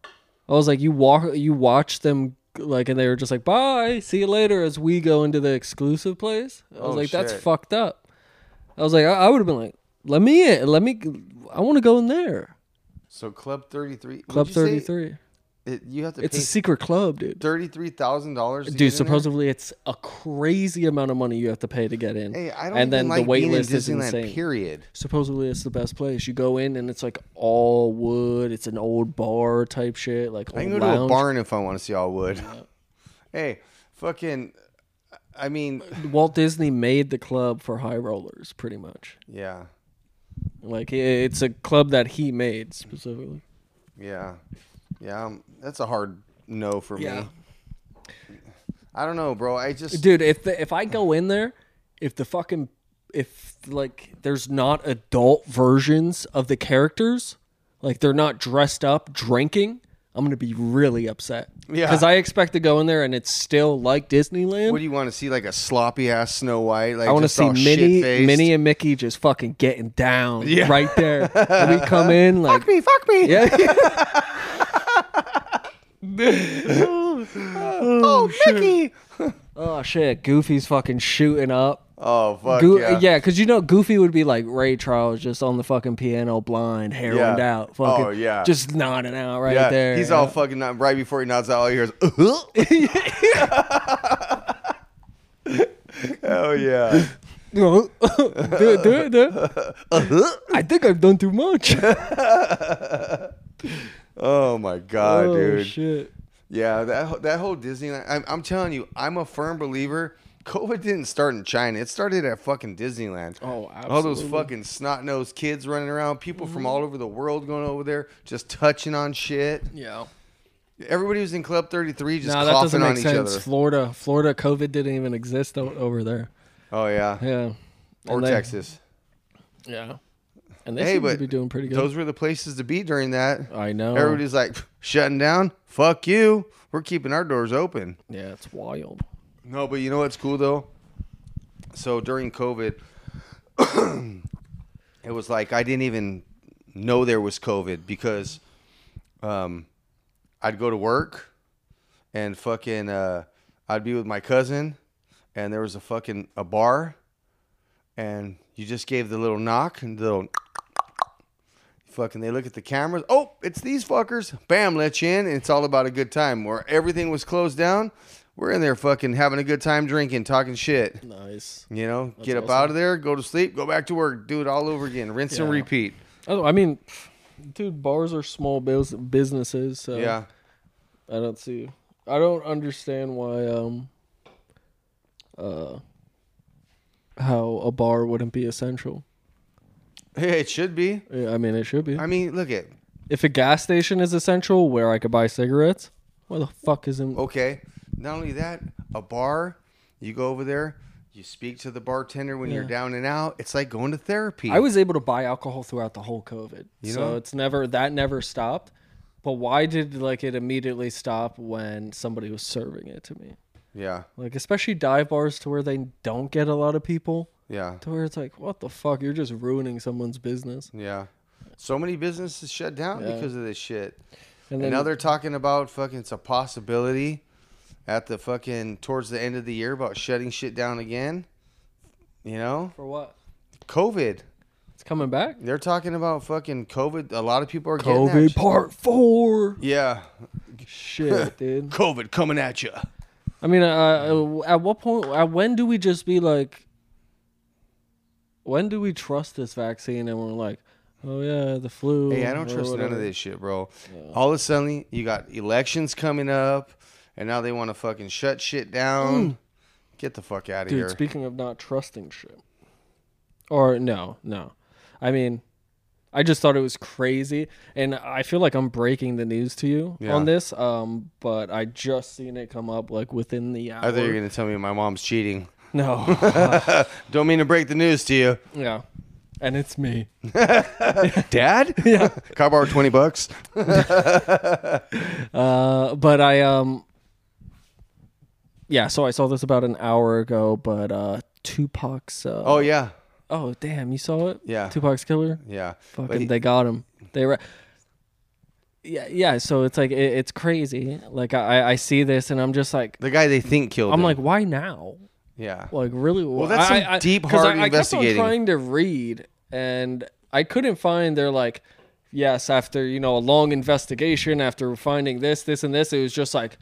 Speaker 2: I was like, you walk you watch them like and they were just like, "Bye, see you later" as we go into the exclusive place. I was
Speaker 1: Oh,
Speaker 2: like, that's
Speaker 1: shit.
Speaker 2: fucked up. I was like, I, I would have been like, "Let me in. Let me I want to go in there."
Speaker 1: So Club 33. would
Speaker 2: Club
Speaker 1: you say
Speaker 2: 33.
Speaker 1: it, you have to
Speaker 2: It's a
Speaker 1: pay
Speaker 2: secret club, dude.
Speaker 1: thirty-three thousand dollars.
Speaker 2: Dude, supposedly it's a crazy amount of money you have to pay to get in.
Speaker 1: Hey, I don't.
Speaker 2: and then
Speaker 1: even like
Speaker 2: the wait
Speaker 1: being in
Speaker 2: list is
Speaker 1: Disneyland,
Speaker 2: insane.
Speaker 1: Period.
Speaker 2: supposedly it's the best place. You go in and it's like all wood. It's an old bar type shit. Like
Speaker 1: I
Speaker 2: old
Speaker 1: can go to a
Speaker 2: lounge.
Speaker 1: barn if I want to see all wood. hey, fucking. I mean,
Speaker 2: Walt Disney made the club for high rollers, pretty much.
Speaker 1: yeah,
Speaker 2: Like i- it's a club that he made specifically.
Speaker 1: yeah, yeah. um, That's a hard no for
Speaker 2: Yeah.
Speaker 1: me. I don't know, bro. I just
Speaker 2: Dude, if the, if I go in there, if the fucking if like there's not adult versions of the characters, like they're not dressed up drinking, I'm gonna be really upset.
Speaker 1: Yeah.
Speaker 2: because I expect to go in there and it's still like Disneyland.
Speaker 1: What do you want to see? Like a sloppy ass Snow White? Like
Speaker 2: I want to
Speaker 1: just
Speaker 2: see
Speaker 1: all
Speaker 2: Minnie,
Speaker 1: shit-faced?
Speaker 2: Minnie and Mickey just fucking getting down
Speaker 1: Yeah.
Speaker 2: right there. And we come in like,
Speaker 1: Fuck me, fuck me.
Speaker 2: yeah,
Speaker 1: Oh, Mickey.
Speaker 2: oh shit, Goofy's fucking shooting up.
Speaker 1: Oh fuck
Speaker 2: Goo-
Speaker 1: yeah.
Speaker 2: yeah, because you know Goofy would be like Ray Charles, just on the fucking piano, blind, heroined
Speaker 1: Yeah.
Speaker 2: out, fucking,
Speaker 1: Oh, yeah.
Speaker 2: just nodding out right
Speaker 1: Yeah,
Speaker 2: there.
Speaker 1: he's all fucking not right before he nods out. All he hears, oh yeah,
Speaker 2: do it, do it, do it.
Speaker 1: Uh-huh.
Speaker 2: I think I've done too much.
Speaker 1: oh my god,
Speaker 2: oh
Speaker 1: dude.
Speaker 2: shit.
Speaker 1: Yeah, that whole- that whole Disneyland. I'm, I'm telling you, I'm a firm believer. COVID didn't start in China. It started at fucking Disneyland.
Speaker 2: Oh,
Speaker 1: All those
Speaker 2: absolutely. Mm-hmm.
Speaker 1: fucking snot nosed kids running around, people from all over the world going over there, just touching on shit.
Speaker 2: Yeah.
Speaker 1: Everybody was in Club 33 just
Speaker 2: No, that doesn't
Speaker 1: coughing on
Speaker 2: make
Speaker 1: each
Speaker 2: sense.
Speaker 1: other.
Speaker 2: Florida, Florida, COVID didn't even exist o- over there.
Speaker 1: Oh, yeah.
Speaker 2: Yeah.
Speaker 1: Or
Speaker 2: And they-
Speaker 1: Texas.
Speaker 2: Yeah. And they
Speaker 1: Hey,
Speaker 2: seem to
Speaker 1: but
Speaker 2: be doing pretty good.
Speaker 1: Those were the places to be during that.
Speaker 2: I know.
Speaker 1: Everybody's like, shutting down? Fuck you. We're keeping our doors open.
Speaker 2: yeah, it's wild.
Speaker 1: No, but you know what's cool though? So during COVID, it was like I didn't even know there was COVID because um, I'd go to work and fucking uh, I'd be with my cousin and there was a fucking a bar and you just gave the little knock and the little fucking they look at the cameras oh it's these fuckers bam let you in and it's all about a good time where everything was closed down we're in there fucking having a good time drinking talking shit
Speaker 2: Nice.
Speaker 1: you know get up
Speaker 2: awesome.
Speaker 1: out of there go to sleep go back to work do it all over again rinse and
Speaker 2: Yeah.
Speaker 1: repeat
Speaker 2: Oh, I mean, dude, bars are small bus- businesses. So
Speaker 1: yeah
Speaker 2: I don't see. I don't understand why. Um. Uh. How a bar wouldn't be essential.
Speaker 1: hey it should be
Speaker 2: Yeah, I mean, it should be.
Speaker 1: i mean look at
Speaker 2: If a gas station is essential, where I could buy cigarettes, why the fuck isn't?
Speaker 1: okay not only that a bar you go over there you speak to the bartender when you're
Speaker 2: Yeah.
Speaker 1: down and out it's like going to therapy
Speaker 2: I was able to buy alcohol throughout the whole COVID. so
Speaker 1: know?
Speaker 2: it's never that never stopped. But why did like it immediately stop when somebody was serving it to me?
Speaker 1: yeah
Speaker 2: Like especially dive bars to where they don't get a lot of people
Speaker 1: yeah
Speaker 2: to where it's like what the fuck you're just ruining someone's business.
Speaker 1: yeah so many businesses shut down
Speaker 2: Yeah.
Speaker 1: because of this shit And
Speaker 2: And then
Speaker 1: now they're talking about fucking it's a possibility at the fucking towards the end of the year about shutting shit down again. You know,
Speaker 2: for what?
Speaker 1: COVID.
Speaker 2: It's coming back.
Speaker 1: They're talking about fucking COVID. A lot of people are getting that
Speaker 2: COVID
Speaker 1: shit.
Speaker 2: part 4.
Speaker 1: Yeah,
Speaker 2: Shit, dude.
Speaker 1: COVID coming at you.
Speaker 2: I mean, uh, uh, at what point at when do we just be like when do we trust this vaccine and we're like, "Oh yeah, the flu."
Speaker 1: Hey, I don't
Speaker 2: or
Speaker 1: trust none of
Speaker 2: whatever.
Speaker 1: this shit, bro. All of a sudden, you got elections coming up, and now they want to fucking shut shit down. Get the fuck out of
Speaker 2: Dude,
Speaker 1: here.
Speaker 2: speaking of not trusting shit. Or no, no. I mean, I just thought it was crazy and I feel like I'm breaking the news to you
Speaker 1: Yeah.
Speaker 2: on this um but I just seen it come up like within the hour.
Speaker 1: I thought you were gonna tell me my mom's cheating.
Speaker 2: no.
Speaker 1: Don't mean to break the news to you,
Speaker 2: yeah. And it's me.
Speaker 1: Dad.
Speaker 2: Yeah.
Speaker 1: Car borrow twenty bucks.
Speaker 2: Uh but I um Yeah, so I saw this about an hour ago, but uh Tupac's uh,
Speaker 1: Oh yeah,
Speaker 2: oh damn, you saw it?
Speaker 1: Yeah.
Speaker 2: Tupac's killer?
Speaker 1: yeah. But
Speaker 2: Fucking,
Speaker 1: he-
Speaker 2: they got him. They were. Yeah, yeah. So it's like it, it's crazy. Like I, I- I see this and I'm just like,
Speaker 1: the guy they think killed.
Speaker 2: I'm
Speaker 1: him.
Speaker 2: like, why now?
Speaker 1: yeah,
Speaker 2: Like really? Well,
Speaker 1: that's some deep, hard
Speaker 2: I, I kept on
Speaker 1: investigating.
Speaker 2: trying to read and I couldn't find. They're like, yes, after you know a long investigation, after finding this, this, and this, it was just like,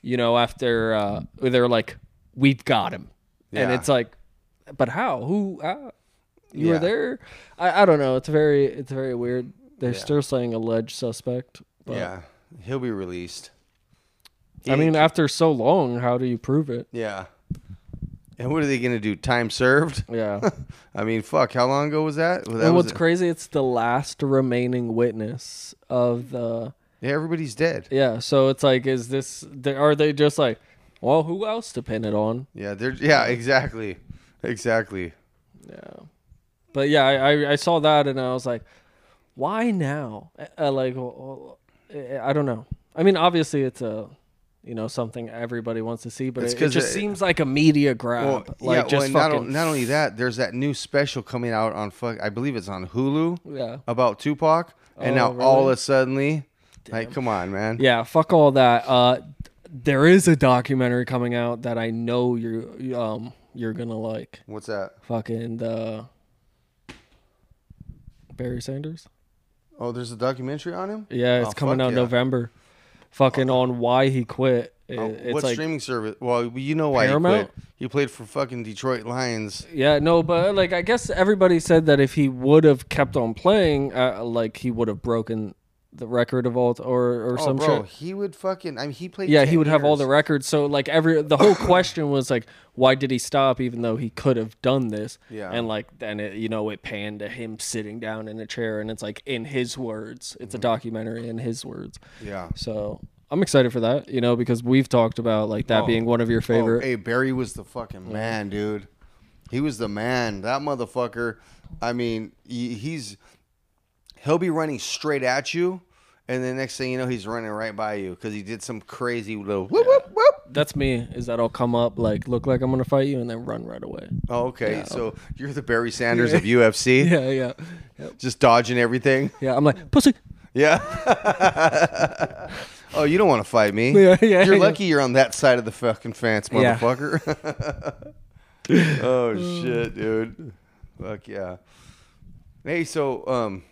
Speaker 2: you know, after uh, they're like, we've got him, and
Speaker 1: Yeah.
Speaker 2: it's like, but how? Who? Uh, you
Speaker 1: Yeah.
Speaker 2: were there? I, I don't know. It's very it's very weird. They're still saying alleged suspect. But,
Speaker 1: yeah, he'll be released.
Speaker 2: I mean, after so long, how do you prove it?
Speaker 1: Yeah. And what are they gonna do? Time served?
Speaker 2: Yeah.
Speaker 1: I mean, fuck. How long ago was that? Well, that
Speaker 2: and
Speaker 1: was-
Speaker 2: what's crazy, it's the last remaining witness of the.
Speaker 1: Yeah, everybody's dead.
Speaker 2: Yeah, so it's like, is this? they- Are they just like, well, who else to pin it on?
Speaker 1: Yeah, they're yeah, exactly, exactly.
Speaker 2: Yeah, but yeah, I I, I saw that and I was like, why now? Uh, like, well, uh, I don't know. I mean, obviously, it's a. You know something everybody wants to see, but
Speaker 1: It's
Speaker 2: it, it
Speaker 1: 'cause
Speaker 2: just
Speaker 1: it-
Speaker 2: seems like a media grab.
Speaker 1: Well,
Speaker 2: like
Speaker 1: yeah, well,
Speaker 2: just
Speaker 1: and not, o-
Speaker 2: fucking.
Speaker 1: not only that, there's that new special coming out on fuck. I believe it's on Hulu
Speaker 2: yeah,
Speaker 1: about Tupac, and now
Speaker 2: Oh, really?
Speaker 1: all of a suddenly, like, come on, man.
Speaker 2: Yeah, fuck all that. Uh, there is a documentary coming out that I know you're um you're gonna like.
Speaker 1: What's that?
Speaker 2: Fucking the Barry Sanders.
Speaker 1: Oh, there's a documentary on him.
Speaker 2: Yeah, it's
Speaker 1: Oh,
Speaker 2: coming
Speaker 1: fuck
Speaker 2: out
Speaker 1: yeah.
Speaker 2: November. Fucking on why he quit. It-
Speaker 1: Oh,
Speaker 2: it's
Speaker 1: what
Speaker 2: like
Speaker 1: streaming service? Well, you know why
Speaker 2: Paramount?
Speaker 1: he quit. He played for fucking Detroit Lions.
Speaker 2: yeah, no, but uh, like I guess everybody said that if he would have kept on playing, uh, like he would have broken the record of all or or
Speaker 1: Oh,
Speaker 2: some
Speaker 1: bro,
Speaker 2: shit.
Speaker 1: he would fucking. I mean, he played.
Speaker 2: Yeah,
Speaker 1: 10
Speaker 2: he would have all the
Speaker 1: years.
Speaker 2: records. So like every the whole question was like, why did he stop? Even though he could have done this.
Speaker 1: Yeah.
Speaker 2: And like then it, you know it panned to him sitting down in a chair, and it's like in his words.
Speaker 1: Mm-hmm.
Speaker 2: It's a documentary in his words.
Speaker 1: Yeah.
Speaker 2: So I'm excited for that. You know because we've talked about like that being one of your
Speaker 1: Oh,
Speaker 2: favorite.
Speaker 1: hey, Barry was the fucking man, dude. He was the man. That motherfucker. I mean, he, he's he'll be running straight at you, and the next thing you know, he's running right by you because he did some crazy little whoop whoop whoop.
Speaker 2: That's me. Is that I'll come up like look like I'm gonna fight you and then run right away.
Speaker 1: Oh, okay, so you're the Barry Sanders of UFC,
Speaker 2: Yeah, yeah,
Speaker 1: just dodging everything.
Speaker 2: yeah. I'm like pussy.
Speaker 1: Yeah. oh, you don't want to fight me.
Speaker 2: Yeah, yeah,
Speaker 1: You're
Speaker 2: yeah.
Speaker 1: lucky you're on that side of the fucking fence,
Speaker 2: Yeah.
Speaker 1: motherfucker. oh shit, dude. Fuck yeah. Hey, so um,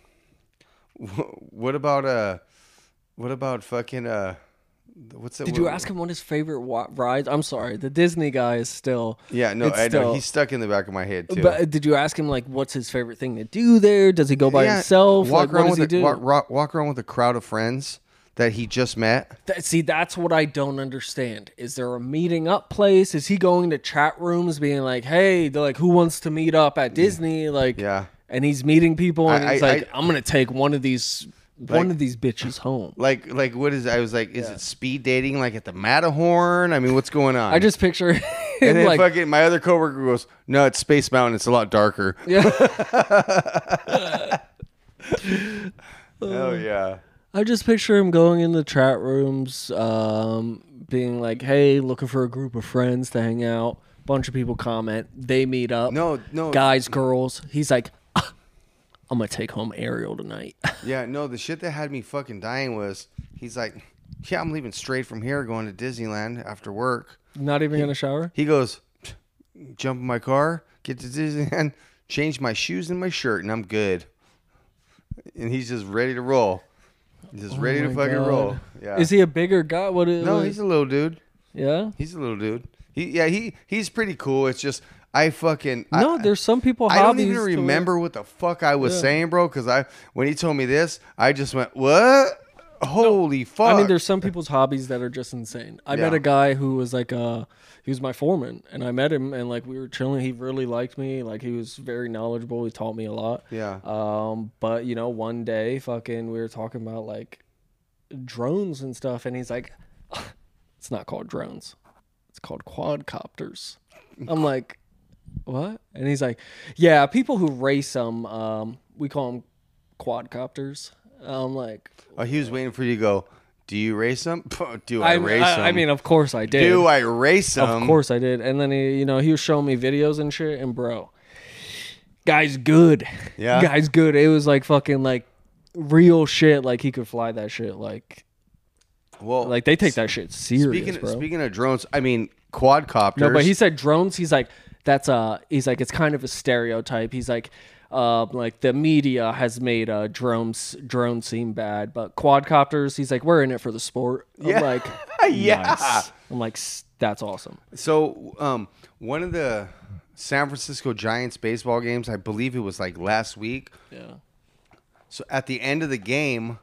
Speaker 1: wh- what about uh, what about fucking uh, what's that?
Speaker 2: Did you ask him what his favorite wa- rides? I'm sorry, the Disney guy is still.
Speaker 1: Yeah, no,
Speaker 2: it's
Speaker 1: I know
Speaker 2: still-
Speaker 1: he's stuck in the back of my head too.
Speaker 2: But uh, did you ask him like what's his favorite thing to do there? Does he go by
Speaker 1: Yeah,
Speaker 2: himself?
Speaker 1: Walk
Speaker 2: Like,
Speaker 1: around
Speaker 2: what does
Speaker 1: with
Speaker 2: he
Speaker 1: a,
Speaker 2: do?
Speaker 1: walk, ro- walk around with a crowd of friends that he just met.
Speaker 2: Th- See, that's what I don't understand. Is there a meeting up place? Is he going to chat rooms, being like, "Hey, they're like, who wants to meet up at Disney?" Like,
Speaker 1: Yeah.
Speaker 2: and he's meeting people, and
Speaker 1: I-
Speaker 2: he's
Speaker 1: I-
Speaker 2: like, "I'm gonna take one of these, one of these bitches home."
Speaker 1: Like, like, what is? I was like, is it speed dating? Like at the Matterhorn? I mean, what's going on?
Speaker 2: I just picture him
Speaker 1: and then
Speaker 2: like,
Speaker 1: fucking my other coworker goes, no, it's Space Mountain. It's a lot darker.
Speaker 2: yeah,
Speaker 1: Oh yeah.
Speaker 2: I just picture him going in the chat rooms, um, being like, "Hey, looking for a group of friends to hang out." Bunch of people comment, they meet up.
Speaker 1: No, no.
Speaker 2: guys, girls. He's like, "Ah, I'm gonna take home Ariel tonight.
Speaker 1: Yeah, no. The shit that had me fucking dying was he's like, yeah, I'm leaving straight from here, going to Disneyland after work.
Speaker 2: Not even gonna shower.
Speaker 1: He goes, jump in my car, get to Disneyland, change my shoes and my shirt, and I'm good. And he's just ready to roll. He's just ready to
Speaker 2: Oh my
Speaker 1: fucking
Speaker 2: God.
Speaker 1: roll. Yeah.
Speaker 2: Is he a bigger guy? What is?
Speaker 1: no, he's a little dude.
Speaker 2: yeah.
Speaker 1: He's a little dude. He yeah, he he's pretty cool. It's just I fucking I-
Speaker 2: no, there's some people.
Speaker 1: I don't even
Speaker 2: hobbies to-
Speaker 1: remember what the fuck I was saying, bro. Because I when he told me this, I just went, "What? Holy fuck!"
Speaker 2: I mean, there's some people's hobbies that are just insane. I met
Speaker 1: Yeah.
Speaker 2: a guy who was like, uh, he was my foreman, and I met him, and like we were chilling. He really liked me. Like he was very knowledgeable. He taught me a lot.
Speaker 1: Yeah.
Speaker 2: Um, but you know, one day, fucking, we were talking about like drones and stuff, and he's like, "It's not called drones. It's called quadcopters." I'm like, "What?" And he's like, "Yeah, people who race them, um, we call them quadcopters." I'm like,
Speaker 1: oh, he was waiting for you to go. Do you race him? Do I,
Speaker 2: I,
Speaker 1: race him?
Speaker 2: I, I mean, of course I did.
Speaker 1: do I race him?
Speaker 2: Of course I did. And then he, you know, he was showing me videos and shit, and bro, guy's good.
Speaker 1: Yeah?
Speaker 2: guy's good. It was like fucking like real shit. Like he could fly that shit. Like
Speaker 1: Well,
Speaker 2: like they take that shit serious,
Speaker 1: speaking
Speaker 2: bro.
Speaker 1: speaking of drones, I mean quadcopters.
Speaker 2: no, but he said drones. He's like that's uh he's like it's kind of a stereotype. He's like. uh, like the media has made uh, drones drone seem bad, but quadcopters, he's like, we're in it for the sport. I'm
Speaker 1: Yeah.
Speaker 2: like,
Speaker 1: Yeah.
Speaker 2: nice. I'm like, "S- that's awesome.
Speaker 1: So, um, one of the San Francisco Giants baseball games, I believe it was like last week.
Speaker 2: Yeah.
Speaker 1: So at the end of the game,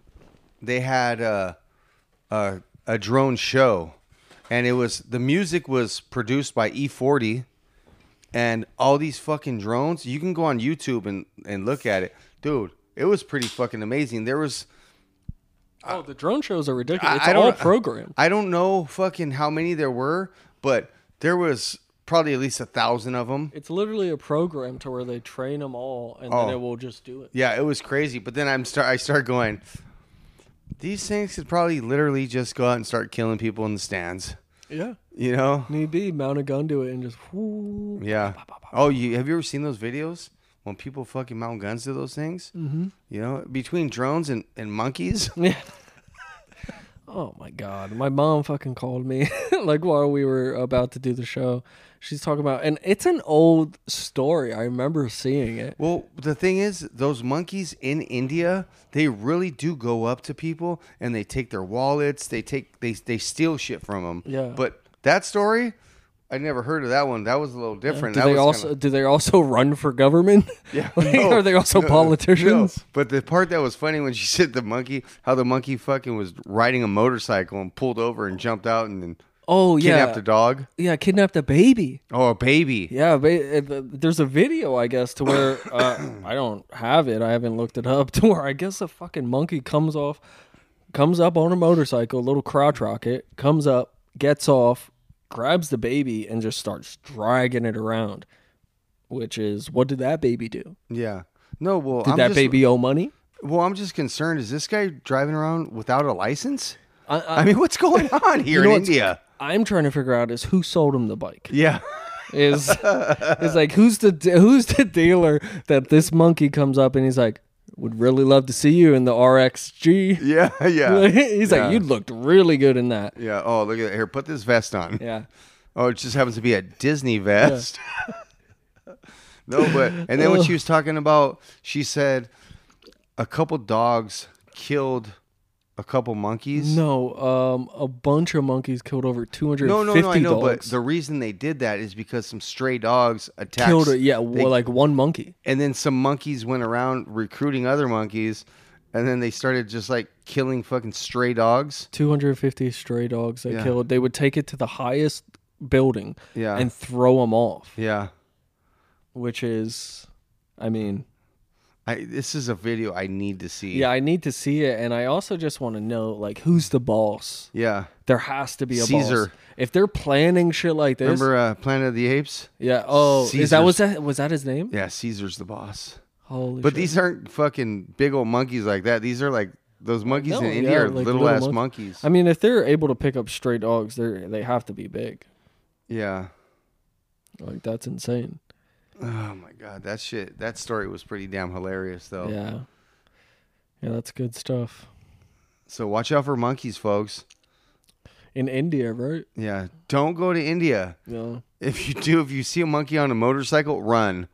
Speaker 1: they had a a, a drone show, and it was the music was produced by E40, and all these fucking drones. You can go on YouTube and and look at it, dude. It was pretty fucking amazing. There was
Speaker 2: Oh, the drone shows are ridiculous.
Speaker 1: I-
Speaker 2: It's
Speaker 1: I don't-
Speaker 2: all programmed.
Speaker 1: I don't know fucking how many there were, but there was probably at least a thousand of them.
Speaker 2: It's literally a program to where they train them all, and then
Speaker 1: Oh.
Speaker 2: it will just do it.
Speaker 1: Yeah, it was crazy. But then I'm start I start going. These things could probably literally just go out and start killing people in the stands.
Speaker 2: Yeah.
Speaker 1: You know?
Speaker 2: Need be mount a gun to it and just. whoo.
Speaker 1: Yeah. Oh, you have you ever seen those videos when people fucking mount guns to those things? Mm-hmm. You know, between drones and, and monkeys.
Speaker 2: Yeah. oh my god, my mom fucking called me like while we were about to do the show. She's talking about, and it's an old story. I remember seeing it.
Speaker 1: Well, the thing is, those monkeys in India, they really do go up to people and they take their wallets, they take they they steal shit from them.
Speaker 2: Yeah.
Speaker 1: But that story, I never heard of that one. That was a little different.
Speaker 2: Do
Speaker 1: that
Speaker 2: they
Speaker 1: was
Speaker 2: also do they also run for government?
Speaker 1: Yeah,
Speaker 2: Like,
Speaker 1: no,
Speaker 2: are they also
Speaker 1: no,
Speaker 2: politicians?
Speaker 1: no. But the part that was funny when she said the monkey, how the monkey fucking was riding a motorcycle and pulled over and jumped out and then
Speaker 2: Oh yeah,
Speaker 1: kidnapped a dog.
Speaker 2: yeah, kidnapped a baby.
Speaker 1: Oh, a baby.
Speaker 2: Yeah, ba- uh, th- there's a video I guess to where uh, I don't have it. I haven't looked it up to where I guess a fucking monkey comes off, comes up on a motorcycle, little crotch rocket, comes up, gets off, grabs the baby, and just starts dragging it around. Which is what did that baby do?
Speaker 1: Yeah. No, well,
Speaker 2: Did
Speaker 1: I'm
Speaker 2: that
Speaker 1: just,
Speaker 2: baby owe money?
Speaker 1: Well, I'm just concerned. Is this guy driving around without a license?
Speaker 2: I, I,
Speaker 1: I mean, what's going on here
Speaker 2: know
Speaker 1: in
Speaker 2: what's-
Speaker 1: India?
Speaker 2: I'm trying to figure out is who sold him the bike.
Speaker 1: Yeah.
Speaker 2: is is like who's the who's the dealer that this monkey comes up and he's like would really love to see you in the RXG.
Speaker 1: Yeah. Yeah.
Speaker 2: he's
Speaker 1: Yeah.
Speaker 2: like you looked really good in that.
Speaker 1: Yeah. Oh, look at that. Here, put this vest on.
Speaker 2: Yeah.
Speaker 1: Oh, it just happens to be a Disney vest. no, but and then when she was talking about, she said a couple dogs killed a couple monkeys.
Speaker 2: No, um a bunch of monkeys killed over 250
Speaker 1: no, no, no I know, but
Speaker 2: dogs.
Speaker 1: the reason they did that is because some stray dogs attacked,
Speaker 2: killed a, yeah,
Speaker 1: they-
Speaker 2: well, like one monkey.
Speaker 1: and then some monkeys went around recruiting other monkeys, and then they started just like killing fucking stray dogs.
Speaker 2: 250 stray dogs they
Speaker 1: Yeah.
Speaker 2: killed. They would take it to the highest building
Speaker 1: Yeah.
Speaker 2: and throw them off,
Speaker 1: Yeah,
Speaker 2: which is I mean,
Speaker 1: I, this is a video I need to see.
Speaker 2: yeah, I need to see it and I also just want to know like who's the boss?
Speaker 1: yeah.
Speaker 2: There has to be a
Speaker 1: Caesar.
Speaker 2: boss. If they're planning shit like this,
Speaker 1: Remember uh, Planet of the Apes?
Speaker 2: yeah. Oh, is that
Speaker 1: Caesar's-
Speaker 2: was that was that his name?
Speaker 1: Yeah, Caesar's the boss.
Speaker 2: Holy
Speaker 1: But
Speaker 2: shit.
Speaker 1: these aren't fucking big old monkeys like that. These are like those monkeys
Speaker 2: No,
Speaker 1: in India
Speaker 2: yeah,
Speaker 1: are
Speaker 2: like
Speaker 1: little,
Speaker 2: little
Speaker 1: ass
Speaker 2: monk-
Speaker 1: monkeys.
Speaker 2: I mean, if they're able to pick up stray dogs, they are they have to be big.
Speaker 1: yeah.
Speaker 2: Like that's insane.
Speaker 1: Oh my god, that shit. That story was pretty damn hilarious though.
Speaker 2: Yeah. Yeah, that's good stuff.
Speaker 1: So watch out for monkeys, folks.
Speaker 2: In India, right?
Speaker 1: Yeah, don't go to India.
Speaker 2: Yeah.
Speaker 1: If you do, if you see a monkey on a motorcycle, run.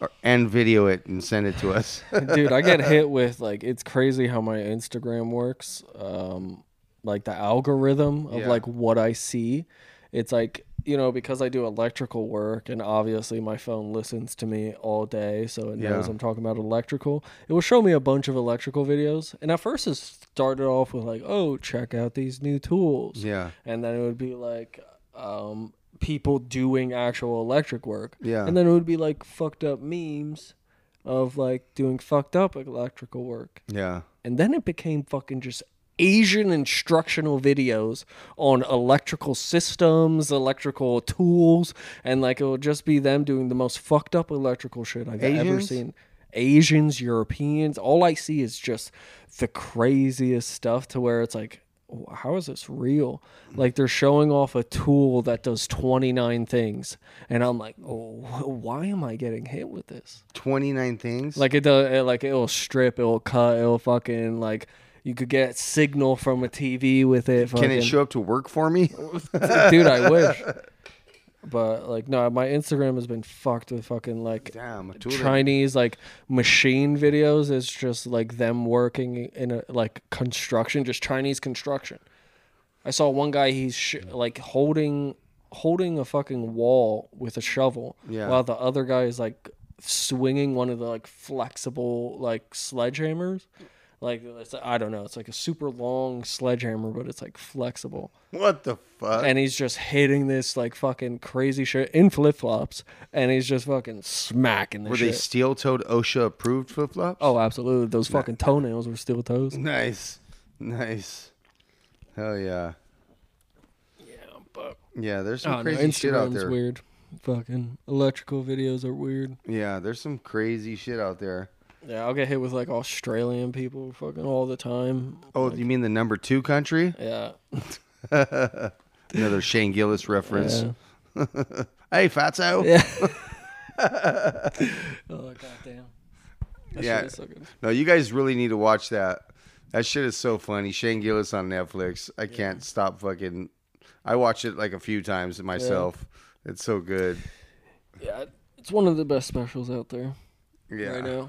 Speaker 1: Or, and video it and send it to us.
Speaker 2: dude i get hit with like it's crazy how my instagram works um like the algorithm of
Speaker 1: Yeah.
Speaker 2: like what i see it's like you know because i do electrical work and obviously my phone listens to me all day so it knows
Speaker 1: Yeah.
Speaker 2: i'm talking about electrical it will show me a bunch of electrical videos and at first it started off with like oh check out these new tools
Speaker 1: yeah.
Speaker 2: and then it would be like um people doing actual electric work
Speaker 1: Yeah.
Speaker 2: and then it would be like fucked up memes of like doing fucked up electrical work
Speaker 1: Yeah.
Speaker 2: and then it became fucking just asian instructional videos on electrical systems electrical tools and like it would just be them doing the most fucked up electrical shit i've ever
Speaker 1: Asians?
Speaker 2: seen asians europeans all i see is just the craziest stuff to where it's like "Wh- how is this real like they're showing off a tool that does 29 things and i'm like oh wh- why am i getting hit with this
Speaker 1: 29 things.
Speaker 2: like it does, it, like it'll strip, it'll cut, it'll fucking like you could get signal from a TV with it.
Speaker 1: Can
Speaker 2: Fucking.
Speaker 1: it show up to work for me?
Speaker 2: Dude, I wish. But like, no, my Instagram has been fucked with fucking like
Speaker 1: Damn, a tool that-
Speaker 2: Chinese like machine videos. It's just like them working in a like construction, just Chinese construction. I saw one guy he's sh- like holding holding a fucking wall with a shovel,
Speaker 1: Yeah.
Speaker 2: while the other guy is like swinging one of the like flexible like sledgehammers. Like it's, I don't know, it's like a super long sledgehammer, but it's like flexible
Speaker 1: What the fuck?
Speaker 2: and he's just hitting this like fucking crazy shit in flip flops, and he's just fucking smacking the
Speaker 1: Were they
Speaker 2: shit.
Speaker 1: steel toed OSHA approved flip flops?
Speaker 2: oh, absolutely! Those fucking toenails were steel toes.
Speaker 1: nice. Nice. Hell yeah.
Speaker 2: Yeah, but
Speaker 1: Yeah, there's
Speaker 2: I
Speaker 1: some
Speaker 2: don't know,
Speaker 1: crazy shit out
Speaker 2: Oh, Instagram's
Speaker 1: there.
Speaker 2: Weird. Fucking electrical videos are weird.
Speaker 1: Yeah, there's some crazy shit out there.
Speaker 2: Yeah, I'll get hit with like Australian people fucking all the time.
Speaker 1: Oh, you mean the number two country?
Speaker 2: Yeah,
Speaker 1: Another Shane Gillis reference.
Speaker 2: Yeah.
Speaker 1: hey, Fatso.
Speaker 2: yeah. oh goddamn! That
Speaker 1: Yeah.
Speaker 2: shit is so good.
Speaker 1: No, you guys really need to watch that. That shit is so funny. Shane Gillis on Netflix. I can't stop fucking. I watched it like a few times myself. It's so good.
Speaker 2: Yeah, it's one of the best specials out there
Speaker 1: Yeah.
Speaker 2: right now.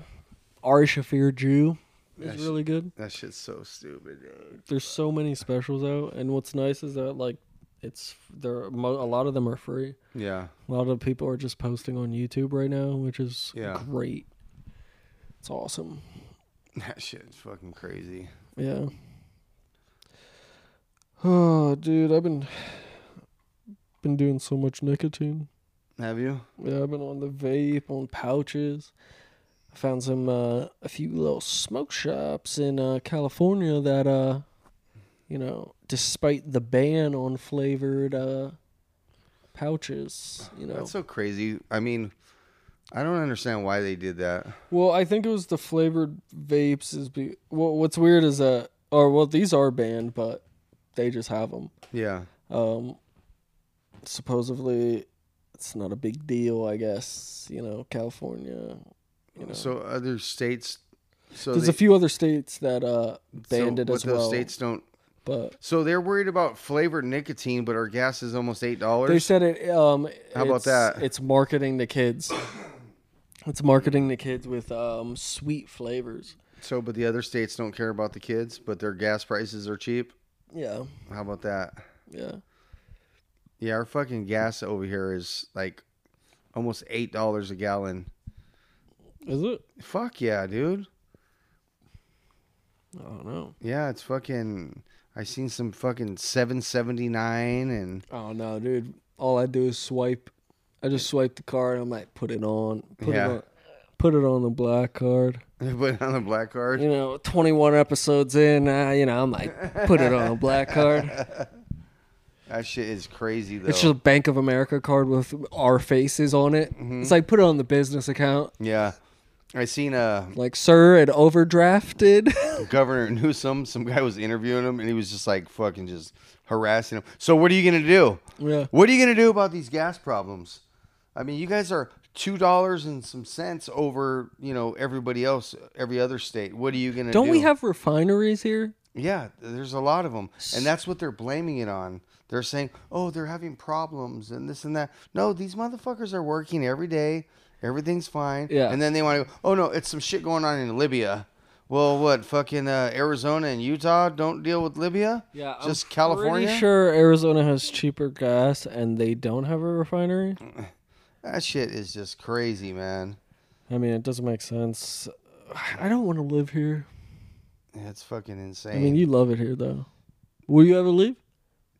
Speaker 2: Ari Shafir Jew is
Speaker 1: That shit-
Speaker 2: really good.
Speaker 1: That shit's so stupid. dude.
Speaker 2: there's so many specials out, and what's nice is that like it's there. Mo- a lot of them are free.
Speaker 1: Yeah.
Speaker 2: A lot of people are just posting on YouTube right now, which is
Speaker 1: Yeah.
Speaker 2: great. It's awesome.
Speaker 1: That shit's fucking crazy.
Speaker 2: Yeah. Oh, dude, I've been been doing so much nicotine.
Speaker 1: Have you?
Speaker 2: Yeah, I've been on the vape, on pouches. I found some uh, a few little smoke shops in uh, California that uh, you know, despite the ban on flavored uh pouches, you know.
Speaker 1: That's so crazy. I mean, I don't understand why they did that.
Speaker 2: well, I think it was the flavored vapes is be. Well, what's weird is that, or well, these are banned, but they just have them.
Speaker 1: Yeah.
Speaker 2: Um, supposedly, it's not a big deal, I guess. You know, California. You know.
Speaker 1: So other states. So
Speaker 2: There's
Speaker 1: they,
Speaker 2: a few other states that uh, banned
Speaker 1: so
Speaker 2: it
Speaker 1: what
Speaker 2: as
Speaker 1: those
Speaker 2: well,
Speaker 1: states don't.
Speaker 2: but
Speaker 1: So they're worried about flavored nicotine, but our gas is almost eight
Speaker 2: they
Speaker 1: dollars.
Speaker 2: said it. Um,
Speaker 1: How about
Speaker 2: it's-
Speaker 1: that?
Speaker 2: It's marketing to kids. It's marketing to kids with um, sweet flavors.
Speaker 1: So, but the other states don't care about the kids, but their gas prices are cheap.
Speaker 2: Yeah,
Speaker 1: How about that?
Speaker 2: yeah,
Speaker 1: Yeah, our fucking gas over here is like almost eight dollars a gallon.
Speaker 2: is it?
Speaker 1: Fuck yeah, dude.
Speaker 2: I don't know.
Speaker 1: Yeah, it's fucking. I seen some fucking seven seventy nine and
Speaker 2: Oh no, dude! All I do is swipe. I just swipe the card. I'm like, put it on. Put
Speaker 1: Yeah.
Speaker 2: it on. Put it on the black card.
Speaker 1: put it on the black card.
Speaker 2: You know, 21 episodes in, uh, you know, I'm like, put it on the black card.
Speaker 1: That shit is crazy though.
Speaker 2: It's just a Bank of America card with our faces on it.
Speaker 1: Mm-hmm.
Speaker 2: It's like put it on the business account.
Speaker 1: yeah. I seen uh
Speaker 2: Like, sir, it overdrafted.
Speaker 1: Governor Newsom, some guy was interviewing him and he was just like fucking just harassing him. So what are you gonna do?
Speaker 2: yeah.
Speaker 1: What are you gonna do about these gas problems? I mean, you guys are two dollars and some cents over, you know, everybody else, every other state. What are you gonna
Speaker 2: Don't
Speaker 1: do?
Speaker 2: we have refineries here?
Speaker 1: Yeah, there's a lot of them, and that's what they're blaming it on. They're saying, "Oh, they're having problems and this and that." No, these motherfuckers are working every day. Everything's fine.
Speaker 2: Yeah.
Speaker 1: And then they want to go, "Oh no, it's some shit going on in Libya." Well, what fucking uh, Arizona and Utah don't deal with Libya? just California.
Speaker 2: Pretty sure Arizona has cheaper gas and they don't have a refinery.
Speaker 1: Mm. That shit is just crazy, man.
Speaker 2: I mean, it doesn't make sense. I don't want to live here.
Speaker 1: It's fucking insane.
Speaker 2: I mean, you love it here, though. Will you ever leave?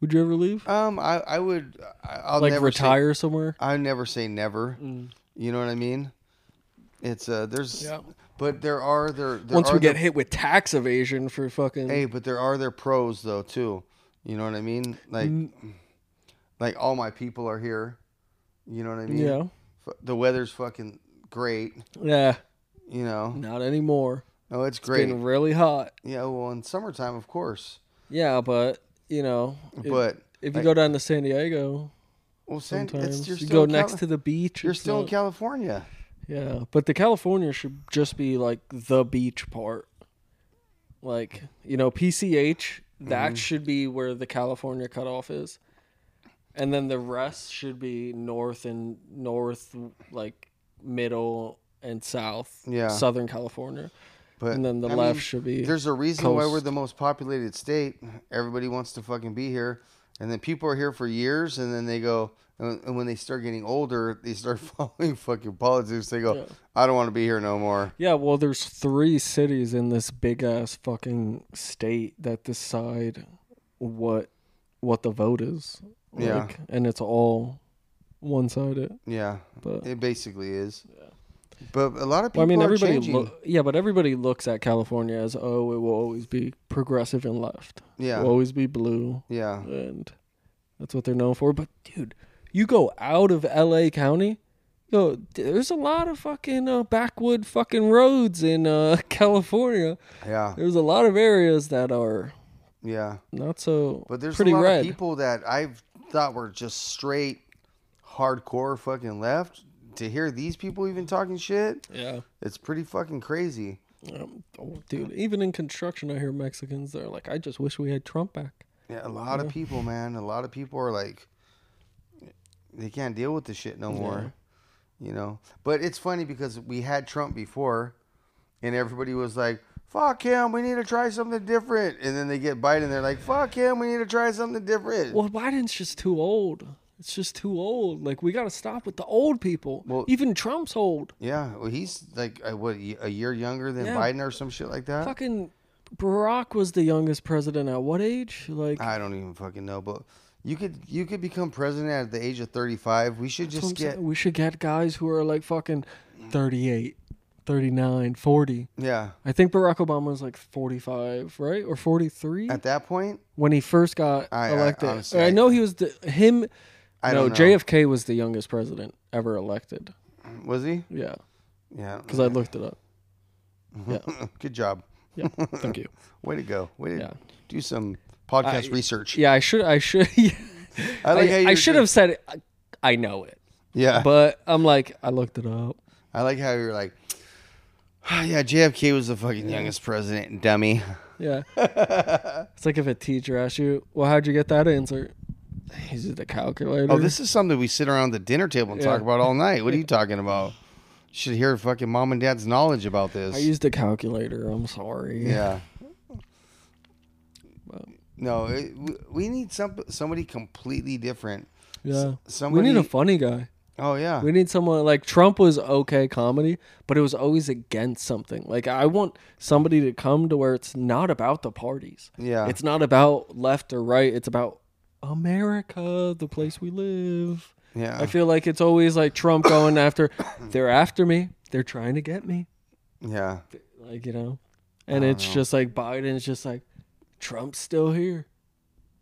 Speaker 2: Would you ever leave?
Speaker 1: um, I I would I, I'll
Speaker 2: like
Speaker 1: never Say,
Speaker 2: retire somewhere?
Speaker 1: I never say never.
Speaker 2: Mm.
Speaker 1: You know what I mean? It's uh, there's,
Speaker 2: Yeah.
Speaker 1: but there are there. there
Speaker 2: Once
Speaker 1: are
Speaker 2: we
Speaker 1: the-
Speaker 2: get hit with tax evasion for fucking.
Speaker 1: Hey, but there are their pros though too. You know what I mean? Like,
Speaker 2: Mm.
Speaker 1: like all my people are here. You know what I mean?
Speaker 2: yeah.
Speaker 1: F- The weather's fucking great.
Speaker 2: Yeah.
Speaker 1: You know?
Speaker 2: Not anymore.
Speaker 1: No, it's
Speaker 2: It's
Speaker 1: great.
Speaker 2: Been really hot.
Speaker 1: yeah. Well, in summertime, of course.
Speaker 2: Yeah, but you know, if,
Speaker 1: but
Speaker 2: if you
Speaker 1: like-
Speaker 2: go down to San Diego,
Speaker 1: well, San, it's
Speaker 2: sometimes
Speaker 1: you're
Speaker 2: you
Speaker 1: still
Speaker 2: go
Speaker 1: in Cali-
Speaker 2: next to the beach.
Speaker 1: You're
Speaker 2: it's
Speaker 1: still in
Speaker 2: not-
Speaker 1: California.
Speaker 2: yeah, but the California should just be like the beach part. Like
Speaker 1: Mm-hmm.
Speaker 2: you know, PCH that should be where the California cutoff is. and then the rest should be north and north, like middle and south.
Speaker 1: Yeah.
Speaker 2: Southern California,
Speaker 1: But
Speaker 2: and then the
Speaker 1: I mean,
Speaker 2: left should be.
Speaker 1: There's a reason why we're
Speaker 2: coast.
Speaker 1: the most populated state. Everybody wants to fucking be here, and then people are here for years, and then they go. And and when they start getting older, they start following fucking politics. They go, "I don't want to be here no more."
Speaker 2: Yeah, well, there's three cities in this big ass fucking state that decide what what the vote is.
Speaker 1: Yeah.
Speaker 2: and it's all one sided.
Speaker 1: Yeah,
Speaker 2: But
Speaker 1: it basically is. But a lot of people
Speaker 2: well, I mean,
Speaker 1: are
Speaker 2: everybody.
Speaker 1: changing.
Speaker 2: Lo- yeah, but everybody looks at California as oh, it will always be progressive and left.
Speaker 1: yeah,
Speaker 2: Will always be blue,
Speaker 1: yeah,
Speaker 2: and that's what they're known for. But dude, you go out of L.A. County. Yo, there's a lot of fucking uh, backwood fucking roads in uh, California.
Speaker 1: yeah,
Speaker 2: There's a lot of areas that are
Speaker 1: yeah.
Speaker 2: not so
Speaker 1: But there's
Speaker 2: pretty
Speaker 1: a lot
Speaker 2: red.
Speaker 1: of people that I've thought were just straight hardcore fucking left. To hear these people even talking shit,
Speaker 2: Yeah,
Speaker 1: it's pretty fucking crazy.
Speaker 2: um, oh, dude. Even in construction, I hear Mexicans. They're like, I just wish we had Trump back.
Speaker 1: Yeah, a lot of people, man. A lot of people are like, they can't deal with the shit no more. You know. But it's funny because we had Trump before, and everybody was like, "Fuck him! We need to try something different." And then they get Biden, they're like, "Fuck him! We need to try something different."
Speaker 2: Well, Biden's just too old. It's just too old. Like we got to stop with the old people.
Speaker 1: Well-
Speaker 2: even Trump's old.
Speaker 1: yeah, well, he's like uh, what a year younger than
Speaker 2: Yeah.
Speaker 1: Biden or some shit like that.
Speaker 2: Fucking Barack was the youngest president at what age? Like
Speaker 1: I don't even fucking know, but. You could you could become president at the age of 35. We should
Speaker 2: that's what
Speaker 1: just
Speaker 2: I'm
Speaker 1: get Mm.
Speaker 2: saying. we should get guys who are like fucking 38, 39, 40.
Speaker 1: yeah.
Speaker 2: I think Barack Obama was like 45, right? Or 43?
Speaker 1: At that point,
Speaker 2: when he first got
Speaker 1: I- I-
Speaker 2: elected.
Speaker 1: honestly,
Speaker 2: I,
Speaker 1: I-
Speaker 2: know he was the him.
Speaker 1: I
Speaker 2: no,
Speaker 1: don't know.
Speaker 2: JFK was the youngest president ever elected.
Speaker 1: was he?
Speaker 2: Yeah,
Speaker 1: Yeah.
Speaker 2: because I looked it up.
Speaker 1: Good job.
Speaker 2: Yeah, thank you.
Speaker 1: Way to go. Way to
Speaker 2: Yeah.
Speaker 1: do some podcast research.
Speaker 2: Yeah, I should. I should. Yeah.
Speaker 1: I like how
Speaker 2: I,
Speaker 1: you're
Speaker 2: should have said it. I, I know it,
Speaker 1: Yeah.
Speaker 2: but I'm like, I looked it up.
Speaker 1: I like how you're like, "Ah, yeah, JFK was the fucking youngest president, dummy.
Speaker 2: Yeah, it's like if a teacher asks you, "Well, how'd you get that answer?" He's the calculator.
Speaker 1: Oh, this is something we sit around the dinner table and talk
Speaker 2: Yeah.
Speaker 1: about all night. What are you talking about? Should hear fucking mom and dad's knowledge about this.
Speaker 2: I used a calculator. I'm sorry.
Speaker 1: yeah.
Speaker 2: Well.
Speaker 1: No, it, we- we need some somebody completely different.
Speaker 2: yeah.
Speaker 1: somebody-
Speaker 2: we need a funny guy.
Speaker 1: Oh yeah,
Speaker 2: We need someone like Trump was okay comedy, but it was always against something. Like I want somebody to come to where it's not about the parties.
Speaker 1: yeah.
Speaker 2: It's not about left or right. It's about America, the place we live.
Speaker 1: yeah.
Speaker 2: I feel like it's always like Trump going after they're after me. They're trying to get me.
Speaker 1: yeah.
Speaker 2: Like, you know. And it's just like Biden's just like Trump's still here.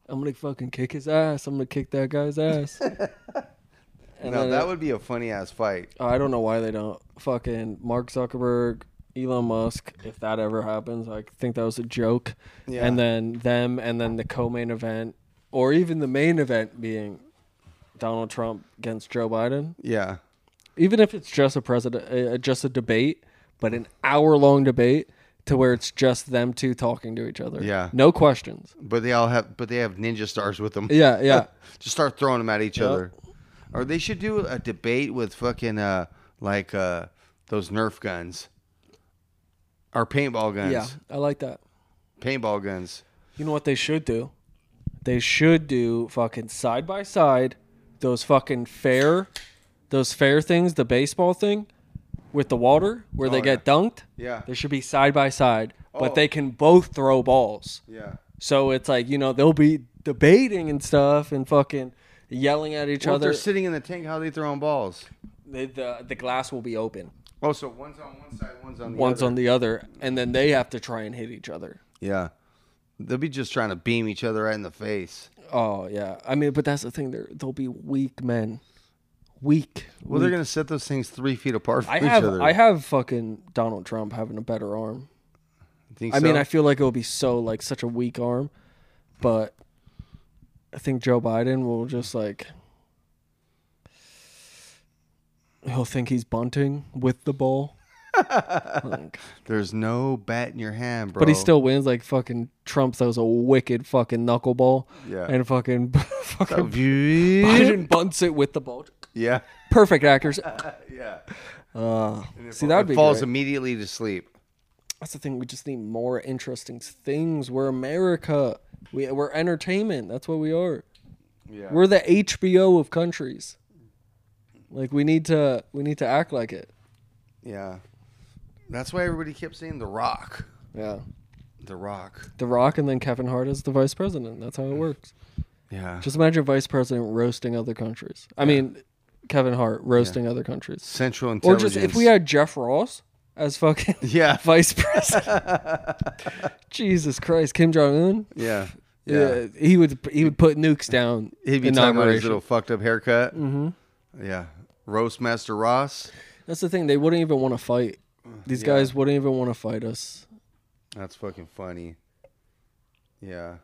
Speaker 2: I'm going to fucking kick his ass. I'm going to kick that guy's ass. And
Speaker 1: No,
Speaker 2: then
Speaker 1: that
Speaker 2: it-
Speaker 1: would be a funny ass fight.
Speaker 2: I don't know why they don't. Fucking Mark Zuckerberg, Elon Musk, if that ever happens, I think that was a joke.
Speaker 1: Yeah.
Speaker 2: And then them, and then the co main event, or even the main event being Donald Trump against Joe Biden.
Speaker 1: Yeah.
Speaker 2: Even if it's just a president, uh, just a debate, but an hour long debate to where it's just them two talking to each other.
Speaker 1: Yeah.
Speaker 2: No questions.
Speaker 1: But they all have, but they have ninja stars with them.
Speaker 2: Yeah, yeah.
Speaker 1: Just start throwing them at each other. Or they should do a debate with fucking uh like uh those Nerf guns. Or paintball guns.
Speaker 2: yeah. I like that.
Speaker 1: Paintball guns.
Speaker 2: You know what they should do? They should do fucking side by side those fucking fair, those fair things, the baseball thing with the water where they
Speaker 1: Oh,
Speaker 2: get dunked.
Speaker 1: Yeah.
Speaker 2: They should be side by side,
Speaker 1: Oh.
Speaker 2: but they can both throw balls.
Speaker 1: Yeah.
Speaker 2: So it's like, you know, they'll be debating and stuff and fucking yelling at each
Speaker 1: Well, if
Speaker 2: other.
Speaker 1: they're sitting in the tank, how are they throwing balls?
Speaker 2: The, the, the glass will be open.
Speaker 1: Oh, so one's on one side, one's on the
Speaker 2: One's
Speaker 1: other.
Speaker 2: on the other, and then they have to try and hit each other.
Speaker 1: Yeah. They'll be just trying to beam each other right in the face.
Speaker 2: Oh yeah, I mean, but that's the thing. There, they'll be weak men, weak.
Speaker 1: Well, they're gonna set those things three feet apart from
Speaker 2: I
Speaker 1: each
Speaker 2: have
Speaker 1: other.
Speaker 2: I have fucking Donald Trump having a better arm.
Speaker 1: Think
Speaker 2: I mean,
Speaker 1: so?
Speaker 2: I feel like it will be so like such a weak arm, but I think Joe Biden will just like he'll think he's bunting with the ball.
Speaker 1: There's no bat in your hand, bro.
Speaker 2: But he still wins. Like fucking Trump throws a wicked fucking knuckleball.
Speaker 1: Yeah.
Speaker 2: And fucking fucking Biden bunts it with the ball.
Speaker 1: yeah,
Speaker 2: Perfect actors.
Speaker 1: yeah.
Speaker 2: Uh, See that'd
Speaker 1: It
Speaker 2: be
Speaker 1: falls
Speaker 2: great.
Speaker 1: immediately to sleep.
Speaker 2: That's the thing. We just need more interesting things. We're America. We we're entertainment. That's what we are.
Speaker 1: Yeah.
Speaker 2: We're the HBO of countries. Like we need to we need to act like it.
Speaker 1: Yeah. That's why everybody kept saying The Rock.
Speaker 2: Yeah.
Speaker 1: The Rock.
Speaker 2: The Rock and then Kevin Hart is the vice president. That's how it works.
Speaker 1: Yeah.
Speaker 2: Just imagine vice president roasting other countries. I mean, Kevin Hart roasting other countries.
Speaker 1: Central
Speaker 2: Or
Speaker 1: Intelligence.
Speaker 2: just if we had Jeff Ross as fucking
Speaker 1: Yeah.
Speaker 2: vice president. Jesus Christ, Kim Jong Un.
Speaker 1: Yeah. Yeah.
Speaker 2: Yeah. he would he would put nukes down.
Speaker 1: He'd be talking about his
Speaker 2: inauguration.
Speaker 1: little fucked up haircut. Mm-hmm. Yeah. Roast Master Ross.
Speaker 2: That's the thing; they wouldn't even want to fight. These
Speaker 1: Yeah.
Speaker 2: guys wouldn't even want to fight us.
Speaker 1: That's fucking funny. Yeah.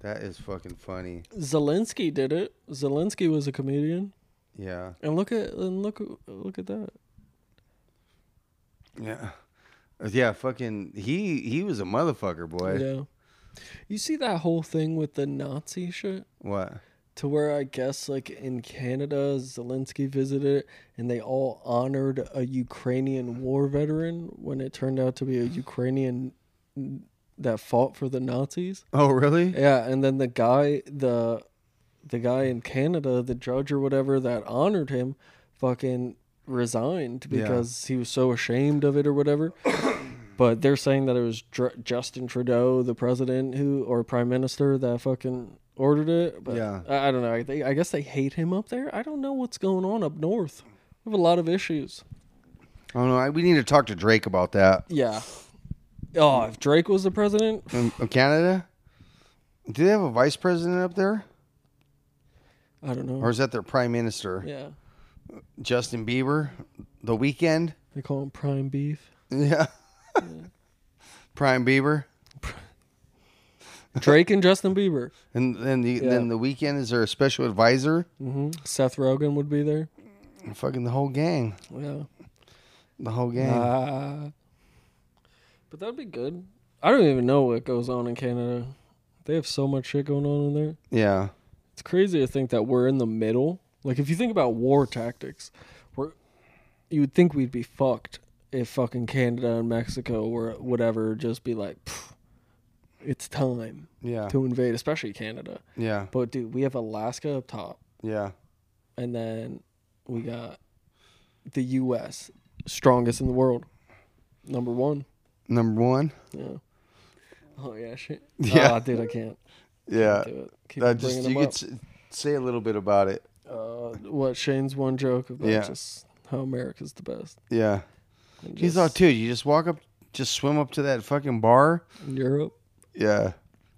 Speaker 1: That is fucking funny.
Speaker 2: Zelensky did it. Zelensky was a comedian,
Speaker 1: Yeah.
Speaker 2: and look at and look look at that.
Speaker 1: Yeah. Yeah, fucking he he was a motherfucker, boy.
Speaker 2: Yeah, you see that whole thing with the Nazi shit.
Speaker 1: What?
Speaker 2: to where I guess like in Canada, Zelensky visited and they all honored a Ukrainian war veteran when it turned out to be a Ukrainian that fought for the Nazis.
Speaker 1: Oh, really?
Speaker 2: Yeah, and then the guy the the guy in Canada, the judge or whatever that honored him fucking resigned
Speaker 1: Yeah.
Speaker 2: because he was so ashamed of it or whatever. But they're saying that it was Dr- Justin Trudeau, the president who or prime minister that fucking ordered it. But
Speaker 1: Yeah.
Speaker 2: I, I don't know. I, think I guess they hate him up there. I don't know what's going on up north. We have a lot of issues.
Speaker 1: I don't know. I, we need to talk to Drake about that.
Speaker 2: Yeah. Oh, if Drake was the president,
Speaker 1: Um, of Canada? Do they have a vice president up there?
Speaker 2: I don't
Speaker 1: Or
Speaker 2: know.
Speaker 1: is that their prime minister?
Speaker 2: Yeah.
Speaker 1: Justin Bieber? The Weekend?
Speaker 2: They call him prime beef.
Speaker 1: Yeah. prime Bieber?
Speaker 2: Drake and Justin Bieber.
Speaker 1: And then the then the weekend is their special advisor?
Speaker 2: hmm Seth Rogen would be there.
Speaker 1: Fucking the whole gang.
Speaker 2: Yeah.
Speaker 1: The whole gang.
Speaker 2: Uh, but that'd be good. I don't even know what goes on in Canada. They have so much shit going on in there.
Speaker 1: yeah.
Speaker 2: It's crazy to think that we're in the middle. Like if you think about war tactics, we're you would think we'd be fucked if fucking Canada and Mexico or whatever just be like, "Pff, it's time
Speaker 1: Yeah.
Speaker 2: to invade, especially Canada.
Speaker 1: Yeah.
Speaker 2: But dude, we have Alaska up top.
Speaker 1: Yeah.
Speaker 2: and then we got the U.S. strongest in the world, number one.
Speaker 1: Number one.
Speaker 2: Yeah. Oh yeah, shit.
Speaker 1: Yeah.
Speaker 2: Yeah, dude, I can't
Speaker 1: Yeah.
Speaker 2: do it. Keep
Speaker 1: That
Speaker 2: bringing
Speaker 1: just
Speaker 2: them
Speaker 1: you could
Speaker 2: up.
Speaker 1: s- say a little bit about it.
Speaker 2: Uh, what Shane's one joke about
Speaker 1: Yeah.
Speaker 2: just how America's the best.
Speaker 1: Yeah.
Speaker 2: and
Speaker 1: He's all
Speaker 2: just
Speaker 1: dude, you just walk up just swim up to that fucking bar.
Speaker 2: Europe.
Speaker 1: Yeah.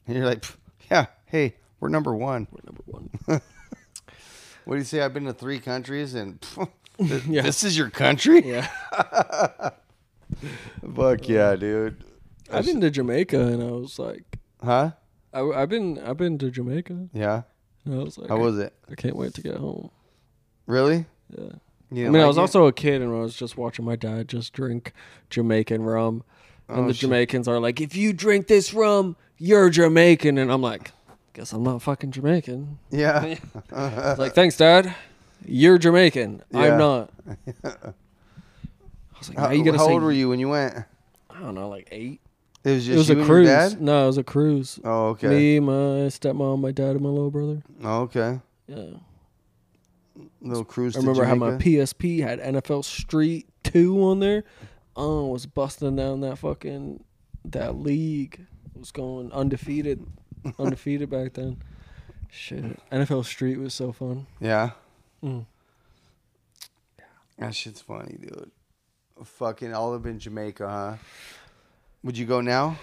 Speaker 1: And you're like, "Pff, yeah, hey, we're number one.
Speaker 2: We're number one.
Speaker 1: What do you say? I've been to three countries and pff, th-
Speaker 2: Yeah.
Speaker 1: this is your country?
Speaker 2: Yeah,
Speaker 1: Fuck yeah, dude.
Speaker 2: I've been to Jamaica and I was like,
Speaker 1: Huh?
Speaker 2: I, I've been I've been to Jamaica
Speaker 1: Yeah.
Speaker 2: and I was like,
Speaker 1: How was it?
Speaker 2: I can't wait to get home.
Speaker 1: Really?
Speaker 2: Yeah.
Speaker 1: You
Speaker 2: I mean, I was also a kid and I was just watching my dad just drink Jamaican rum. And
Speaker 1: Oh,
Speaker 2: the
Speaker 1: shit.
Speaker 2: Jamaicans are like, if you drink this rum, you're Jamaican. And I'm like, guess I'm not fucking Jamaican.
Speaker 1: Yeah.
Speaker 2: It's like, thanks, Dad. You're Jamaican.
Speaker 1: Yeah.
Speaker 2: I'm not. I was like, now
Speaker 1: How,
Speaker 2: you gotta
Speaker 1: how
Speaker 2: say,
Speaker 1: old were you when you went?
Speaker 2: I don't know, like eight.
Speaker 1: It was just
Speaker 2: It was
Speaker 1: you
Speaker 2: a
Speaker 1: and your
Speaker 2: cruise.
Speaker 1: dad.
Speaker 2: No, it was a cruise.
Speaker 1: Oh, okay.
Speaker 2: Me, my stepmom, my dad, and my little brother.
Speaker 1: Oh, okay.
Speaker 2: Yeah.
Speaker 1: Little cruise.
Speaker 2: I remember
Speaker 1: to
Speaker 2: how my
Speaker 1: Jamaica.
Speaker 2: PSP had NFL Street Two on there. I was busting down that fucking that league. It was going undefeated, undefeated back then. Shit, NFL Street was so fun.
Speaker 1: Yeah.
Speaker 2: Mm.
Speaker 1: That shit's funny, dude. Fucking all up in Jamaica, huh? Would you go now?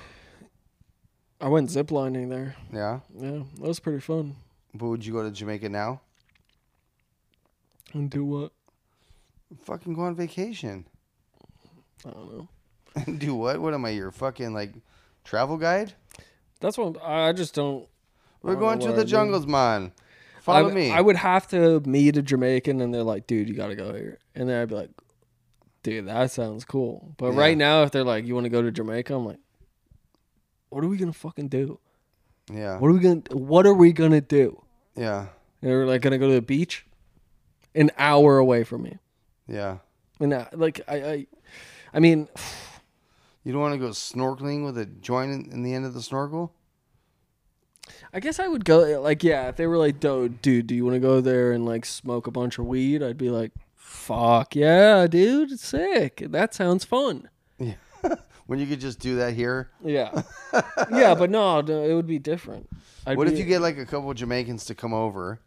Speaker 2: I went ziplining there.
Speaker 1: Yeah.
Speaker 2: Yeah, that was pretty fun.
Speaker 1: But would you go to Jamaica now?
Speaker 2: And do what?
Speaker 1: Fucking go on vacation.
Speaker 2: I don't know.
Speaker 1: Do what? What am I? Your fucking like travel guide?
Speaker 2: That's what I I just don't.
Speaker 1: We're
Speaker 2: don't
Speaker 1: going
Speaker 2: know
Speaker 1: to
Speaker 2: what
Speaker 1: the
Speaker 2: I'd do.
Speaker 1: jungles, man. Follow
Speaker 2: I,
Speaker 1: me.
Speaker 2: I would have to meet a Jamaican, and they're like, "Dude, you gotta go here," and then I'd be like, dude, that sounds cool. But right now, if they're like, you want to go to Jamaica, I'm like, what are we gonna fucking do?
Speaker 1: Yeah.
Speaker 2: What are we gonna What are we gonna do?
Speaker 1: Yeah.
Speaker 2: And we're like gonna go to the beach, an hour away from me.
Speaker 1: Yeah.
Speaker 2: And I, like I, I, I mean,
Speaker 1: You don't want to go snorkeling with a joint in, in the end of the snorkel?
Speaker 2: I guess I would go like yeah. If they were like, dude, dude, do you want to go there and like smoke a bunch of weed? I'd be like, fuck yeah, dude, sick. That sounds fun.
Speaker 1: Yeah. when you could just do that here?
Speaker 2: Yeah, yeah, but no, no, it would be different. I'd
Speaker 1: What if
Speaker 2: be-
Speaker 1: you get like a couple Jamaicans to come over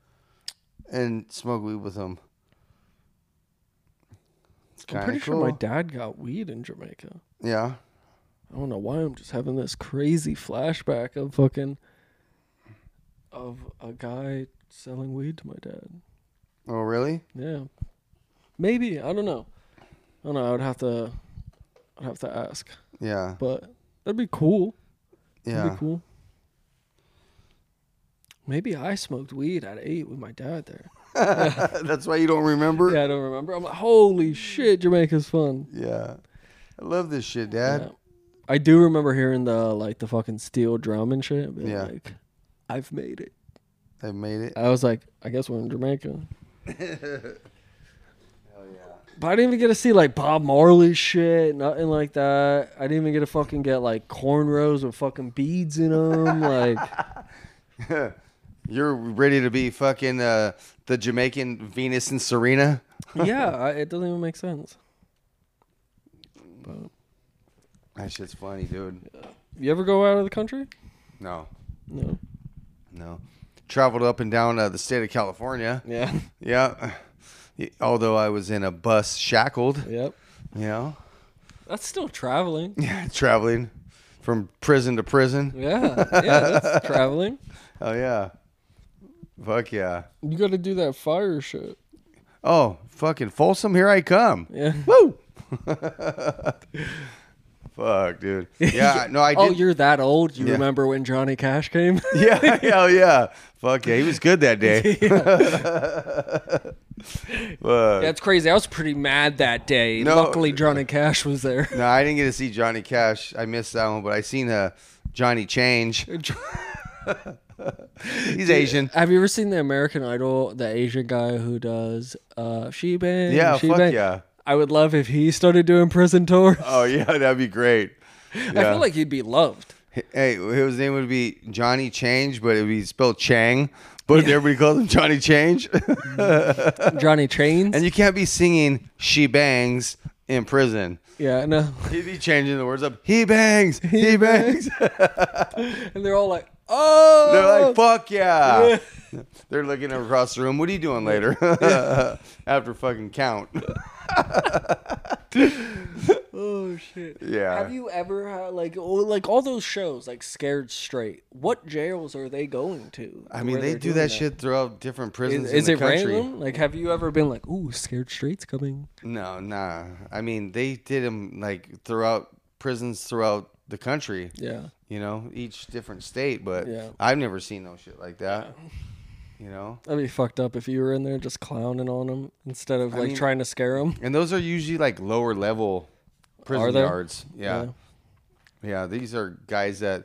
Speaker 1: and smoke weed with them? It's
Speaker 2: I'm
Speaker 1: kind
Speaker 2: pretty
Speaker 1: of cool.
Speaker 2: sure my dad got weed in Jamaica.
Speaker 1: yeah.
Speaker 2: I don't know why I'm just having this crazy flashback of fucking of a guy selling weed to my dad.
Speaker 1: Oh, really?
Speaker 2: Yeah. Maybe, I don't know. I don't know, I would have to I'd have to ask.
Speaker 1: Yeah.
Speaker 2: But that'd be cool. That'd
Speaker 1: Yeah.
Speaker 2: be cool. Maybe I smoked weed at eight with my dad there.
Speaker 1: That's why you don't remember?
Speaker 2: Yeah, I don't remember. I'm like, holy shit, Jamaica's fun.
Speaker 1: Yeah. I love this shit, Dad.
Speaker 2: Yeah. I do remember hearing the like the fucking steel drum and shit. and being
Speaker 1: Yeah.
Speaker 2: Like, I've made it.
Speaker 1: I made it.
Speaker 2: I was like, I guess we're in Jamaica. Hell yeah. But I didn't even get to see like Bob Marley shit, nothing like that. I didn't even get to fucking get like cornrows with fucking beads in them. like,
Speaker 1: You're ready to be fucking uh, the Jamaican Venus and Serena?
Speaker 2: yeah, I, it doesn't even make sense.
Speaker 1: That shit's funny, dude.
Speaker 2: You ever go out of the country?
Speaker 1: No,
Speaker 2: No.
Speaker 1: no. Traveled up and down uh, the state of California.
Speaker 2: Yeah.
Speaker 1: Yeah. Although I was in a bus shackled,
Speaker 2: yep.
Speaker 1: you know,
Speaker 2: That's still traveling.
Speaker 1: traveling from prison to prison.
Speaker 2: Yeah. Yeah, that's traveling.
Speaker 1: Oh, yeah. Fuck yeah.
Speaker 2: You got to do that fire shit.
Speaker 1: Oh, fucking Folsom, here I come.
Speaker 2: Yeah.
Speaker 1: Woo! Fuck, dude. Yeah, no, I did.
Speaker 2: Oh, you're that old. You
Speaker 1: Yeah.
Speaker 2: remember when Johnny Cash came?
Speaker 1: yeah, hell yeah. Fuck yeah, he was good that day. Fuck.
Speaker 2: That's crazy. I was pretty mad that day.
Speaker 1: No.
Speaker 2: Luckily, Johnny Cash was there.
Speaker 1: No, I didn't get to see Johnny Cash. I missed that one, but I seen uh, Johnny Change. He's Asian.
Speaker 2: Have you ever seen the American Idol, the Asian guy who does uh, She Bang?
Speaker 1: Yeah,
Speaker 2: She
Speaker 1: fuck
Speaker 2: Bang?
Speaker 1: yeah.
Speaker 2: I would love if he started doing prison tours.
Speaker 1: Oh yeah, that'd be great.
Speaker 2: I
Speaker 1: Yeah.
Speaker 2: feel like he'd be loved.
Speaker 1: hey, his name would be Johnny Change, but it'd be spelled Chang. But everybody calls him Johnny Change.
Speaker 2: Johnny Chains?
Speaker 1: and you can't be singing "She Bangs" in prison.
Speaker 2: yeah, no.
Speaker 1: He'd be changing the words up. He bangs. He bangs.
Speaker 2: And they're all like, oh!
Speaker 1: They're like, fuck yeah. They're looking across the room. What are you doing later? After fucking count.
Speaker 2: oh, shit.
Speaker 1: Yeah.
Speaker 2: Have you ever had, like, oh, like all those shows, like Scared Straight, what jails are they going to?
Speaker 1: I
Speaker 2: to
Speaker 1: mean,
Speaker 2: where
Speaker 1: they
Speaker 2: they're
Speaker 1: do
Speaker 2: doing
Speaker 1: that shit throughout different prisons
Speaker 2: Is,
Speaker 1: in
Speaker 2: is
Speaker 1: the
Speaker 2: it
Speaker 1: country.
Speaker 2: random? Like, have you ever been like, ooh, Scared Straight's coming?
Speaker 1: No, nah. I mean, they did them like throughout prisons throughout the country.
Speaker 2: Yeah.
Speaker 1: You know, each different state, but
Speaker 2: Yeah.
Speaker 1: I've never seen no shit like that. You know,
Speaker 2: That'd be fucked up if you were in there just clowning on them instead of like
Speaker 1: mean-
Speaker 2: trying to scare them.
Speaker 1: and those are usually like lower level
Speaker 2: Are
Speaker 1: prison
Speaker 2: they?
Speaker 1: guards. Yeah. yeah, These are guys that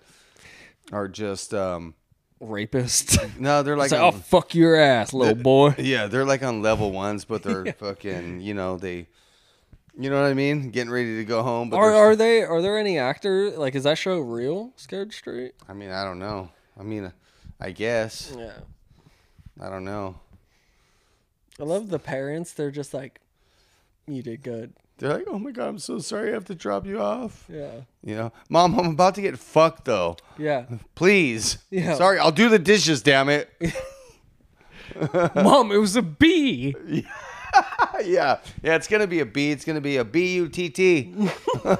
Speaker 1: are just um
Speaker 2: Rapists.
Speaker 1: no, they're like um,
Speaker 2: it's like, "Oh, I'll
Speaker 1: on-
Speaker 2: fuck your ass, little boy.
Speaker 1: Yeah, they're like on level ones, but they're fucking, you know, they, you know what I mean? Getting ready to go home. But
Speaker 2: Are,
Speaker 1: they're-
Speaker 2: are they? Are there any actor? Like, is that show real? Scared Straight.
Speaker 1: I mean, I don't know. I mean, I guess.
Speaker 2: Yeah.
Speaker 1: I don't know.
Speaker 2: I love the parents. They're just like, you did good.
Speaker 1: They're like, oh my God, I'm so sorry I have to drop you off.
Speaker 2: Yeah.
Speaker 1: You know, mom, I'm about to get fucked though.
Speaker 2: Yeah.
Speaker 1: Please.
Speaker 2: Yeah.
Speaker 1: Sorry, I'll do the dishes, damn it.
Speaker 2: Mom, it was a bee.
Speaker 1: yeah. Yeah, it's going to be a B. It's going to be a B U T T.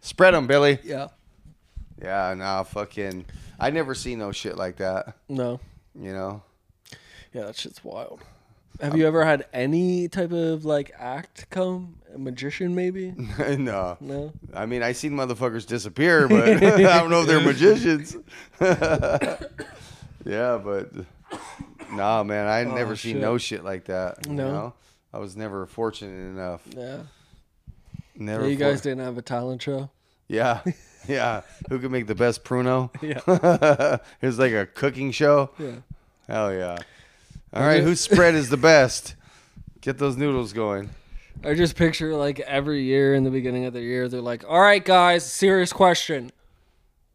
Speaker 1: Spread them, Billy.
Speaker 2: Yeah.
Speaker 1: Yeah, nah, fucking. I never seen no shit like that,
Speaker 2: No.
Speaker 1: you know?
Speaker 2: Yeah, that shit's wild. Have
Speaker 1: Um,
Speaker 2: you ever had any type of like act come? A magician, maybe?
Speaker 1: no.
Speaker 2: No.
Speaker 1: I mean, I seen motherfuckers disappear, but I don't know if they're magicians. yeah, but nah, man, I never seen
Speaker 2: shit.
Speaker 1: no shit like that. You
Speaker 2: Oh, No?
Speaker 1: know? I was never fortunate enough.
Speaker 2: Yeah.
Speaker 1: Never.
Speaker 2: you
Speaker 1: for-
Speaker 2: guys didn't have a talent show.
Speaker 1: Yeah, yeah. Who can make the best pruno?
Speaker 2: Yeah.
Speaker 1: it was like a cooking show.
Speaker 2: Yeah.
Speaker 1: Hell yeah! All right, whose spread is the best? Get those noodles going.
Speaker 2: I just picture like every year in the beginning of the year, they're like, all right, guys, serious question.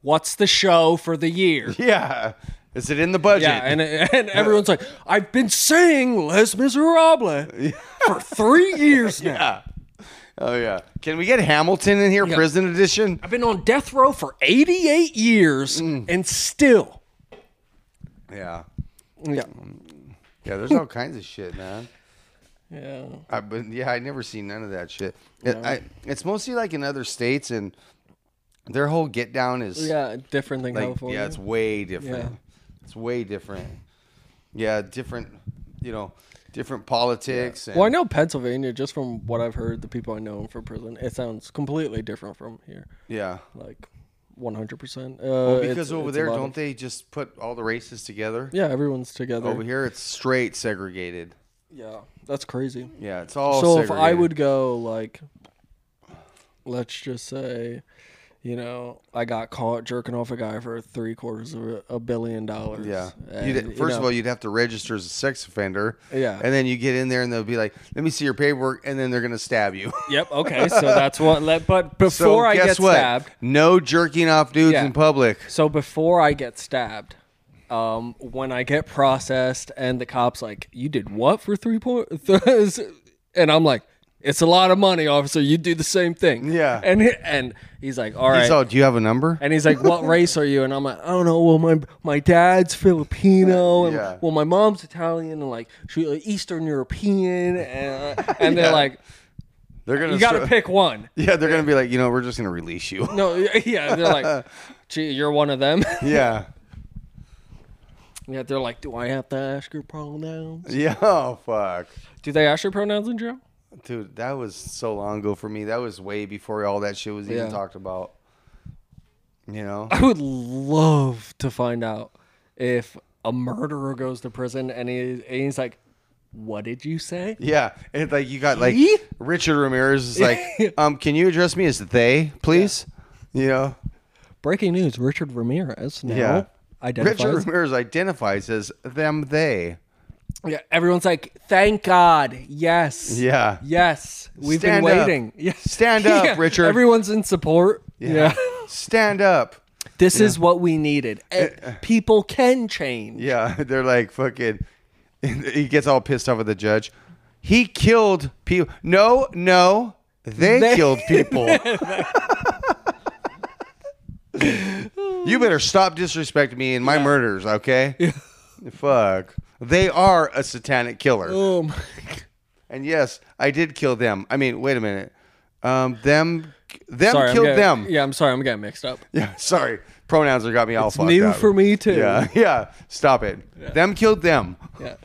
Speaker 2: What's the show for the year?
Speaker 1: Yeah. Is it in the budget?
Speaker 2: Yeah, and, and everyone's like, I've been saying Les Miserables for three years now.
Speaker 1: Yeah. Oh yeah. Can we get Hamilton in here, prison edition?
Speaker 2: I've been on death row for 88 years and still.
Speaker 1: Yeah.
Speaker 2: Yeah.
Speaker 1: Yeah. There's all kinds of shit, man.
Speaker 2: Yeah.
Speaker 1: I but yeah, I never seen none of that shit. It- I, it's mostly like in other states, and their whole get down is
Speaker 2: Yeah, different than
Speaker 1: like
Speaker 2: California.
Speaker 1: yeah, it's way different.
Speaker 2: Yeah.
Speaker 1: It's way different. Yeah, different. You know, different politics. And,
Speaker 2: well, I know Pennsylvania, just from what I've heard, the people I know for prison, it sounds completely different from here.
Speaker 1: Yeah.
Speaker 2: Like 100%. Uh,
Speaker 1: Because over there, don't they just put all the races together?
Speaker 2: Yeah, everyone's together.
Speaker 1: Over here, it's straight segregated.
Speaker 2: Yeah, that's crazy.
Speaker 1: Yeah, it's all.
Speaker 2: so if I
Speaker 1: segregated.
Speaker 2: would go like, let's just say, you know, I got caught jerking off a guy for three quarters of a, a billion dollars.
Speaker 1: Yeah.
Speaker 2: and,
Speaker 1: You'd,
Speaker 2: you
Speaker 1: first of
Speaker 2: know,
Speaker 1: all, you'd have to register as a sex offender.
Speaker 2: Yeah.
Speaker 1: And then you get in there and they'll be like, let me see your paperwork. And then they're going to stab you.
Speaker 2: Yep. Okay. So that's what. Let, but before
Speaker 1: so
Speaker 2: I
Speaker 1: guess
Speaker 2: get
Speaker 1: what?
Speaker 2: stabbed.
Speaker 1: No jerking off dudes
Speaker 2: Yeah.
Speaker 1: in public.
Speaker 2: So before I get stabbed, um, when I get processed and the cops like, you did what for three point? and I'm like, it's a lot of money, officer. You do the same thing.
Speaker 1: Yeah.
Speaker 2: And he- and he's like, all right.
Speaker 1: He's all, do you have a number?
Speaker 2: And he's like, "What race are you?" And I'm like, "I don't know. Well, my my dad's Filipino, and
Speaker 1: Yeah.
Speaker 2: well, my mom's Italian, and like she Eastern European." And, uh, and they're like,
Speaker 1: They're going
Speaker 2: "You got to pick one."
Speaker 1: Yeah, they're going to be like, you know, we're just going to release you.
Speaker 2: No, yeah, they're like, "Gee, you're one of them."
Speaker 1: yeah.
Speaker 2: yeah, they're like, "Do I have to ask your pronouns?"
Speaker 1: Yeah. Oh, fuck.
Speaker 2: Do they ask your pronouns in jail?
Speaker 1: Dude, that was so long ago for me. That was way before all that shit was even
Speaker 2: Yeah.
Speaker 1: talked about. You know?
Speaker 2: I would love to find out if a murderer goes to prison and, he, and he's like, "What did you say?"
Speaker 1: Yeah, and like you got like
Speaker 2: He?
Speaker 1: Richard Ramirez is like, um, can you address me as they, please? You know,
Speaker 2: Breaking news: Richard Ramirez now
Speaker 1: Yeah.
Speaker 2: identifies
Speaker 1: Richard Ramirez identifies as them they.
Speaker 2: Yeah, everyone's like, "Thank God, yes,
Speaker 1: Yeah,
Speaker 2: yes, we've
Speaker 1: Stand
Speaker 2: been
Speaker 1: up.
Speaker 2: waiting." Yeah.
Speaker 1: Stand up,
Speaker 2: Yeah,
Speaker 1: Richard.
Speaker 2: Everyone's in support. Yeah,
Speaker 1: stand up.
Speaker 2: this is what we needed. Eh, People can change.
Speaker 1: Yeah, they're like fucking. He gets all pissed off at the judge. He killed people. No, no, they,
Speaker 2: They-
Speaker 1: killed people. you better stop disrespecting me in my murders, okay? Fuck. They are a satanic killer.
Speaker 2: Oh my God.
Speaker 1: And yes, I did kill them. I mean, wait a minute. Um, them, them
Speaker 2: Sorry, I'm
Speaker 1: killed
Speaker 2: getting-
Speaker 1: them.
Speaker 2: Yeah, I'm sorry, I'm getting mixed up.
Speaker 1: Yeah, sorry. Pronouns are got me all fucked
Speaker 2: New
Speaker 1: up.
Speaker 2: for me too.
Speaker 1: Yeah, yeah. Stop it. Them killed them.
Speaker 2: yeah.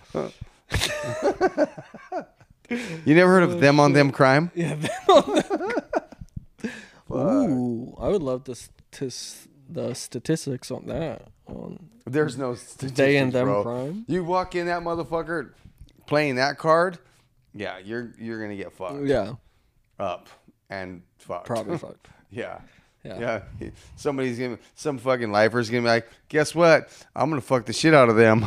Speaker 1: You never heard of them on them crime?
Speaker 2: Yeah, them on the- Ooh, I would love to s- to s- the statistics on that. On
Speaker 1: There's no statistics,
Speaker 2: They and them
Speaker 1: bro.
Speaker 2: crime?
Speaker 1: You walk in that motherfucker playing that card. Yeah, you're you're gonna get fucked
Speaker 2: yeah,
Speaker 1: up and fucked.
Speaker 2: probably fucked.
Speaker 1: Yeah.
Speaker 2: Yeah.
Speaker 1: Yeah. Somebody's gonna some fucking lifer's gonna be like, guess what? I'm gonna fuck the shit out of them.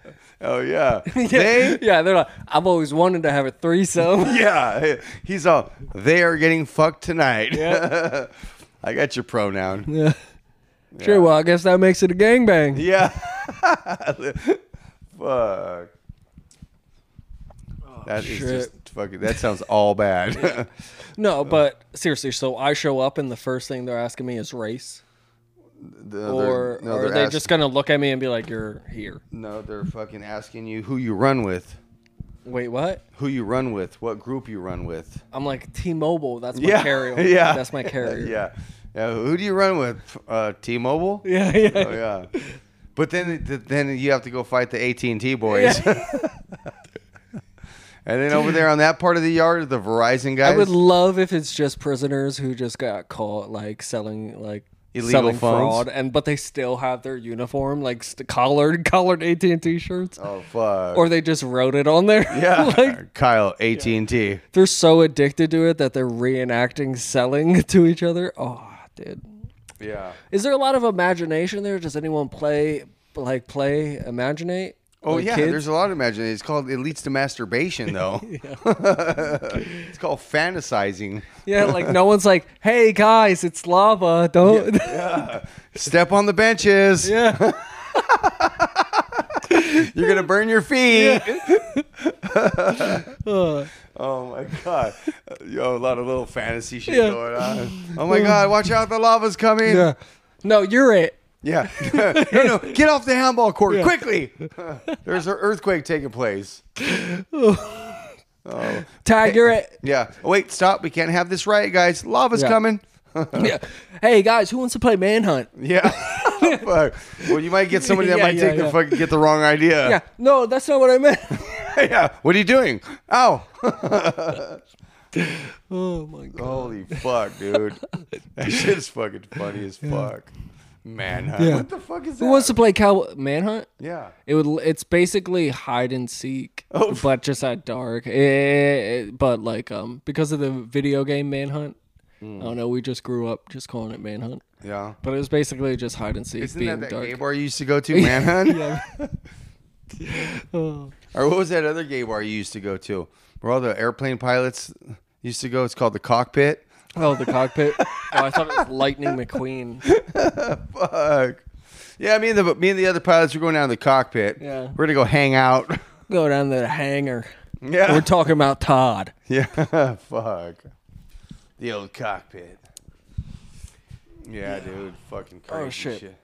Speaker 1: oh yeah. They
Speaker 2: yeah, they're like, I've always wanted to have a threesome.
Speaker 1: Yeah. He's all they are getting fucked tonight. I got your pronoun.
Speaker 2: Yeah. Sure. Well, I guess that makes it a gangbang.
Speaker 1: Yeah. Fuck. That is
Speaker 2: Oh, shit.
Speaker 1: just fucking that sounds all bad.
Speaker 2: No, but seriously, so I show up and the first thing they're asking me is race,
Speaker 1: The-
Speaker 2: or,
Speaker 1: they're- no,
Speaker 2: or are
Speaker 1: they're
Speaker 2: they
Speaker 1: ask-
Speaker 2: just gonna look at me and be like, "You're here."
Speaker 1: No, they're fucking asking you who you run with.
Speaker 2: Wait, what?
Speaker 1: who you run with, what group you run with.
Speaker 2: I'm like T-Mobile. That's my
Speaker 1: Yeah,
Speaker 2: carrier.
Speaker 1: yeah.
Speaker 2: that's my carrier.
Speaker 1: yeah. Yeah. Who do you run with? Uh, T-Mobile.
Speaker 2: yeah, yeah.
Speaker 1: Oh, yeah. But then, th- then you have to go fight the AT and T boys. and then over there on that part of the yard, the Verizon guys.
Speaker 2: I would love if it's just prisoners who just got caught like selling like
Speaker 1: Illegal
Speaker 2: selling
Speaker 1: funds?
Speaker 2: fraud, and but they still have their uniform, like st- collared collared AT and T shirts,
Speaker 1: Oh fuck.
Speaker 2: or they just wrote it on there.
Speaker 1: yeah.
Speaker 2: like
Speaker 1: Kyle, AT and T.
Speaker 2: they're so addicted to it that they're reenacting selling to each other. Oh, dude,
Speaker 1: Yeah.
Speaker 2: is there a lot of imagination there? Does anyone play like play imaginate?
Speaker 1: Oh
Speaker 2: Like
Speaker 1: yeah,
Speaker 2: kids?
Speaker 1: there's a lot of imagination. It's called it leads to masturbation though. it's called fantasizing.
Speaker 2: yeah. Like no one's like, hey guys, it's lava. Don't.
Speaker 1: Step on the benches.
Speaker 2: yeah.
Speaker 1: You're gonna burn your feet.
Speaker 2: Uh,
Speaker 1: Oh my god. Uh, Yo, a lot of little fantasy shit
Speaker 2: Yeah.
Speaker 1: going on. Oh my god, watch out, the lava's coming.
Speaker 2: yeah. No, you're it.
Speaker 1: Yeah. no, no, get off the handball court
Speaker 2: Yeah.
Speaker 1: quickly. There's an earthquake taking place.
Speaker 2: Tag, you're it.
Speaker 1: Yeah. Oh, wait, stop. We can't have this right, guys. Lava's
Speaker 2: Yeah.
Speaker 1: coming.
Speaker 2: yeah. Hey guys, who wants to play manhunt?
Speaker 1: Yeah. Oh, Fuck. Well, you might get somebody that
Speaker 2: Yeah,
Speaker 1: might
Speaker 2: yeah,
Speaker 1: take the
Speaker 2: yeah.
Speaker 1: fucking get the wrong idea.
Speaker 2: Yeah. No, that's not what I meant.
Speaker 1: yeah. What are you doing? Ow.
Speaker 2: oh my god.
Speaker 1: Holy fuck, dude. That shit's fucking funny as fuck. Manhunt.
Speaker 2: Yeah.
Speaker 1: What the fuck is that?
Speaker 2: Who wants to play cow manhunt?
Speaker 1: yeah.
Speaker 2: It would. It's basically hide and seek, but just at dark. Eh, but like, um, because of the video game Manhunt, I don't know. We just grew up just calling it Manhunt,
Speaker 1: Yeah.
Speaker 2: but it was basically just hide and seek,
Speaker 1: Isn't
Speaker 2: being
Speaker 1: that that
Speaker 2: dark.
Speaker 1: gay bar you used to go to, Manhunt?
Speaker 2: Yeah. Oh.
Speaker 1: Or what was that other gay bar you used to go to? Where all the airplane pilots used to go? It's called the cockpit.
Speaker 2: Oh, the cockpit. Oh, I thought it was Lightning McQueen.
Speaker 1: Fuck. Yeah, me and the me and the other pilots were going down to the cockpit.
Speaker 2: Yeah.
Speaker 1: We're gonna go hang out.
Speaker 2: Go down to the hangar.
Speaker 1: Yeah.
Speaker 2: We're talking about Todd.
Speaker 1: Yeah, fuck. The old cockpit. Yeah, dude, fucking crazy
Speaker 2: shit.
Speaker 1: shit.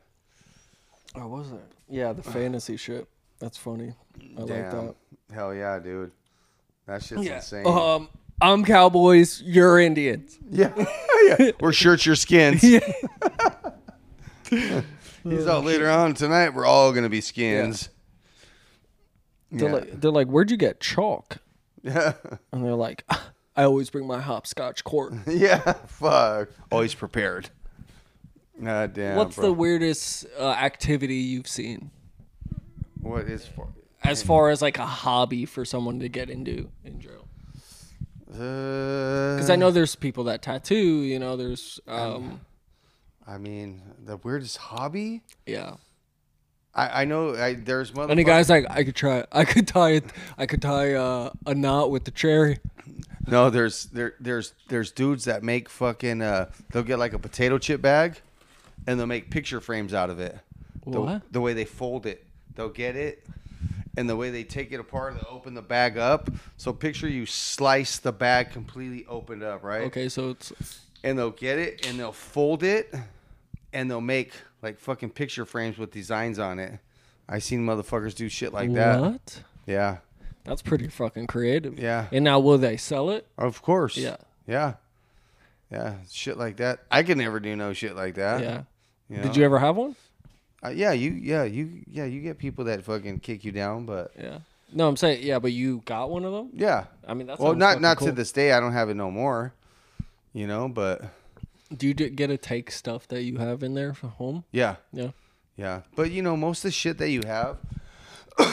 Speaker 2: Oh, was it? Yeah, the fantasy shit. That's funny. I like
Speaker 1: Damn.
Speaker 2: that.
Speaker 1: Hell yeah, dude. That shit's
Speaker 2: Yeah.
Speaker 1: insane.
Speaker 2: Um, I'm Cowboys. You're Indians.
Speaker 1: Yeah. yeah. We're shirts your skins.
Speaker 2: Yeah.
Speaker 1: He's all later on tonight. We're all gonna be skins.
Speaker 2: They're
Speaker 1: Yeah.
Speaker 2: like, they're like, where'd you get chalk?
Speaker 1: Yeah.
Speaker 2: And they're like, I always bring my hopscotch court.
Speaker 1: yeah. Fuck. Always prepared. God damn.
Speaker 2: What's
Speaker 1: bro.
Speaker 2: the weirdest uh, activity you've seen
Speaker 1: what is for?
Speaker 2: as far as like a hobby for someone to get into in jail?
Speaker 1: Because
Speaker 2: Because I know there's people that tattoo. You know, there's um,
Speaker 1: I mean, the weirdest hobby.
Speaker 2: yeah.
Speaker 1: I, I know. I there's motherfuckers.
Speaker 2: Any guys like I could try. I could tie it. I could tie uh, a knot with the cherry.
Speaker 1: No, there's there there's there's dudes that make fucking uh they'll get like a potato chip bag and they'll make picture frames out of it. The,
Speaker 2: What?
Speaker 1: the way they fold it. They'll get it and the way they take it apart, they'll open the bag up. So picture you slice the bag completely opened up, right?
Speaker 2: Okay, so it's
Speaker 1: And they'll get it and they'll fold it and they'll make like fucking picture frames with designs on it. I seen motherfuckers do shit like that.
Speaker 2: what?
Speaker 1: Yeah.
Speaker 2: That's pretty fucking creative.
Speaker 1: Yeah.
Speaker 2: And now will they sell it?
Speaker 1: Of course.
Speaker 2: Yeah.
Speaker 1: Yeah. Yeah. Shit like that. I could never do no shit like that.
Speaker 2: Yeah.
Speaker 1: You know?
Speaker 2: Did you ever have one?
Speaker 1: Uh, yeah. You. Yeah. You. Yeah. You get people that fucking kick you down, but
Speaker 2: Yeah. No, I'm saying yeah, but you got one of them.
Speaker 1: yeah.
Speaker 2: I mean, that's
Speaker 1: well, not not to this day. I don't have it no more. You know, but
Speaker 2: Do you d- get to take stuff that you have in there from home?
Speaker 1: yeah,
Speaker 2: Yeah.
Speaker 1: yeah. But you know, most of the shit that you have,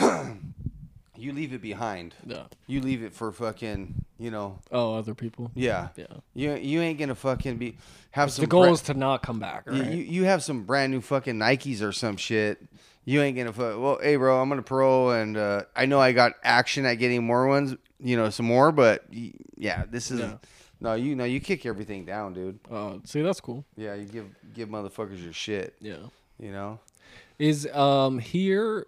Speaker 1: you leave it behind.
Speaker 2: Yeah.
Speaker 1: You leave it for fucking. You know.
Speaker 2: Oh, other people.
Speaker 1: Yeah.
Speaker 2: Yeah.
Speaker 1: You you ain't gonna fucking be have some.
Speaker 2: The goal
Speaker 1: bra-
Speaker 2: is to not come back,
Speaker 1: You,
Speaker 2: right?
Speaker 1: you you have some brand new fucking Nikes or some shit. You ain't gonna fuck. Well, hey, bro, I'm gonna parole, and uh, I know I got action at getting more ones. You know, some more, but y- yeah, this is no.
Speaker 2: No.
Speaker 1: you know, you kick everything down, dude.
Speaker 2: Oh, see, that's cool.
Speaker 1: Yeah, you give give motherfuckers your shit.
Speaker 2: Yeah.
Speaker 1: You know.
Speaker 2: Is um here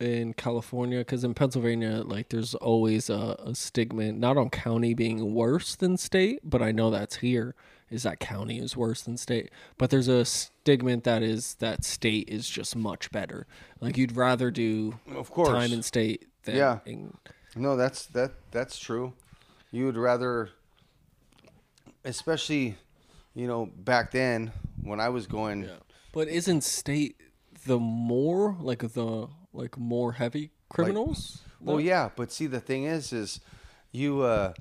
Speaker 2: in California because in Pennsylvania, like there's always a, a stigma, not on county being worse than state, but I know that's here is that county is worse than state, but there's a stigma that is that state is just much better. Like you'd rather do
Speaker 1: Of course.
Speaker 2: time in state than
Speaker 1: Yeah.
Speaker 2: in-
Speaker 1: No, that's that that's true. You would rather, especially, you know, back then when I was going.
Speaker 2: but isn't state the more like the like more heavy criminals?
Speaker 1: Well, yeah, but see, the thing is, is you, uh,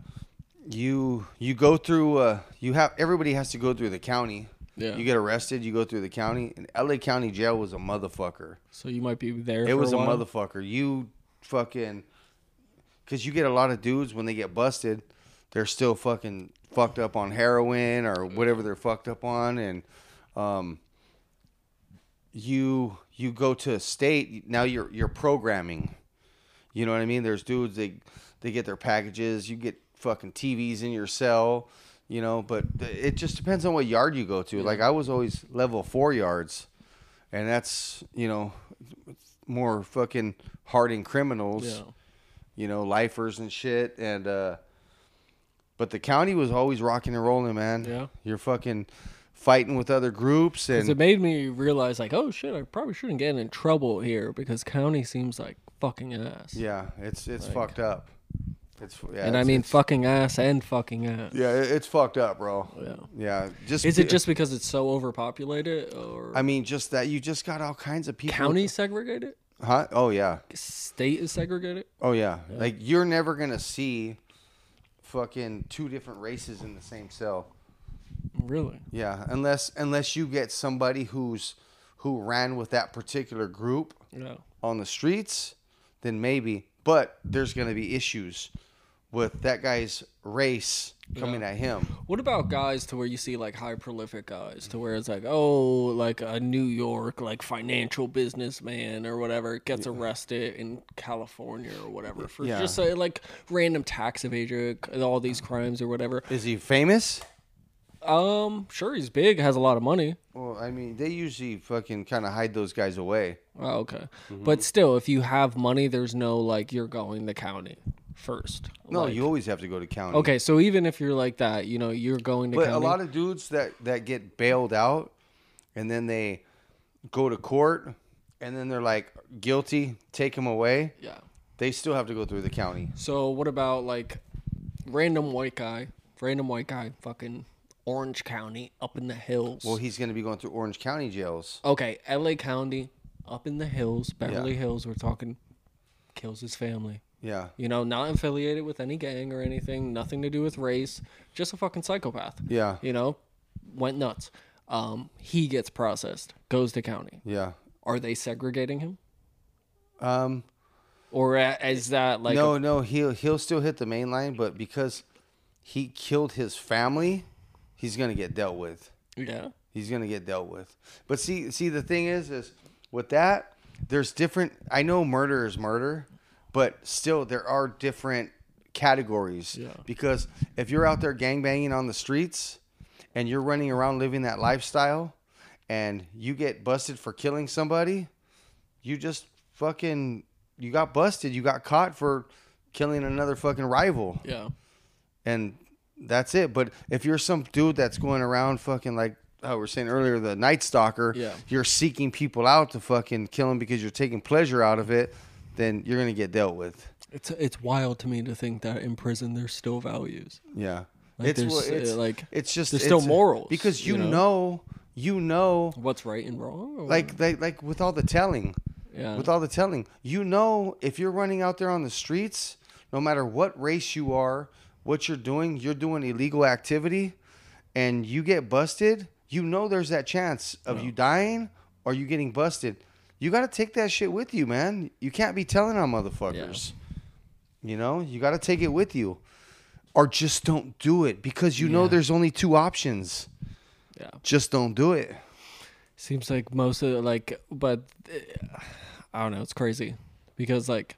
Speaker 1: you, you go through. Uh, you have everybody has to go through the county,
Speaker 2: Yeah.
Speaker 1: You get arrested, you go through the county, and LA County Jail was a motherfucker.
Speaker 2: So you might be there.
Speaker 1: It was a,
Speaker 2: while.
Speaker 1: motherfucker. You fucking because you get a lot of dudes when they get busted, they're still fucking fucked up on heroin or whatever they're fucked up on, and um, you you go to a state now you're you're programming. You know what I mean? There's dudes they they get their packages. You get fucking TVs in your cell. You know, but th- it just depends on what yard you go to. Like I was always level four yards, and that's you know more fucking hardened criminals
Speaker 2: Yeah.
Speaker 1: you know, lifers and shit. And uh but the county was always rocking and rolling, man.
Speaker 2: Yeah.
Speaker 1: You're fucking fighting with other groups
Speaker 2: 'Cause
Speaker 1: and
Speaker 2: it made me realize, like, oh shit, I probably shouldn't get in trouble here because county seems like fucking ass.
Speaker 1: yeah, it's it's fucked up. It's yeah.
Speaker 2: and I
Speaker 1: it's-
Speaker 2: mean
Speaker 1: it's-
Speaker 2: fucking ass and fucking ass.
Speaker 1: yeah, it- it's fucked up, bro.
Speaker 2: Yeah.
Speaker 1: Yeah, just
Speaker 2: Is it
Speaker 1: be-
Speaker 2: just because it's so overpopulated or
Speaker 1: I mean, just that you just got all kinds of people.
Speaker 2: county segregated?
Speaker 1: Huh? Oh yeah.
Speaker 2: State is segregated?
Speaker 1: Oh yeah. Like you're never gonna see fucking two different races in the same cell.
Speaker 2: Really?
Speaker 1: Yeah, unless unless you get somebody who's who ran with that particular group
Speaker 2: No.
Speaker 1: on the streets, then maybe. But there's going to be issues with that guy's race coming at him.
Speaker 2: What about guys to where you see like high prolific guys to where it's like, oh, like a New York like financial businessman or whatever gets arrested in California or whatever for
Speaker 1: Yeah. Uh-huh.
Speaker 2: just say, like random tax evasion, all these crimes or whatever.
Speaker 1: Is he famous?
Speaker 2: Um, sure he's big, has a lot of money.
Speaker 1: Well, I mean, they usually fucking kind of hide those guys away.
Speaker 2: Oh, okay.
Speaker 1: Mm-hmm.
Speaker 2: But still, if you have money, there's no like you're going the county first.
Speaker 1: No,
Speaker 2: Like-
Speaker 1: you always have to go to county.
Speaker 2: Okay, so even if you're like that, you know, you're going to
Speaker 1: But a
Speaker 2: county.
Speaker 1: lot of dudes that that get bailed out and then they go to court and then they're like guilty, take him away.
Speaker 2: yeah.
Speaker 1: They still have to go through the county.
Speaker 2: So what about like random white guy, random white guy, fucking Orange County up in the hills?
Speaker 1: Well, he's going to be going through Orange County jails.
Speaker 2: okay, L.A. County up in the hills, Beverly Hills. We're talking kills his family.
Speaker 1: Yeah.
Speaker 2: You know, not affiliated with any gang or anything, nothing to do with race, just a fucking psychopath.
Speaker 1: Yeah.
Speaker 2: You know, went nuts. Um, he gets processed, goes to county.
Speaker 1: Yeah.
Speaker 2: Are they segregating him,
Speaker 1: Um
Speaker 2: or a- is that like
Speaker 1: no, no, he'll he'll still hit the main line, but because he killed his family, he's gonna get dealt with.
Speaker 2: yeah?
Speaker 1: He's gonna get dealt with. But see, see, the thing is, is with that, there's different. I know murder is murder, but still, there are different categories.
Speaker 2: Yeah.
Speaker 1: Because if you're out there gangbanging on the streets, and you're running around living that lifestyle, and you get busted for killing somebody, you just fucking you got busted. You got caught for killing another fucking rival
Speaker 2: Yeah.
Speaker 1: and that's it. But if you're some dude that's going around fucking like how we were saying earlier, the night stalker,
Speaker 2: Yeah.
Speaker 1: you're seeking people out to fucking kill them because you're taking pleasure out of it, then you're gonna get dealt with.
Speaker 2: It's it's wild to me to think that in prison there's still values.
Speaker 1: Yeah,
Speaker 2: Like
Speaker 1: it's
Speaker 2: there's,
Speaker 1: what-
Speaker 2: uh,
Speaker 1: it's
Speaker 2: like,
Speaker 1: it's just
Speaker 2: there's still
Speaker 1: it's-
Speaker 2: morals,
Speaker 1: because you,
Speaker 2: you know?
Speaker 1: know? you know
Speaker 2: What's right and wrong? or-
Speaker 1: like like like with all the telling,
Speaker 2: yeah,
Speaker 1: with all the telling, you know if you're running out there on the streets, no matter what race you are, what you're doing, you're doing illegal activity, and you get busted, you know there's that chance of
Speaker 2: Uh-huh.
Speaker 1: you dying or you getting busted. You got to take that shit with you, man. You can't be telling on motherfuckers. You know, you got to take it with you. Or just don't do it because you know
Speaker 2: Yeah.
Speaker 1: there's only two options.
Speaker 2: yeah.
Speaker 1: Just don't do it.
Speaker 2: Seems like most of like, but uh, I don't know. It's crazy because like,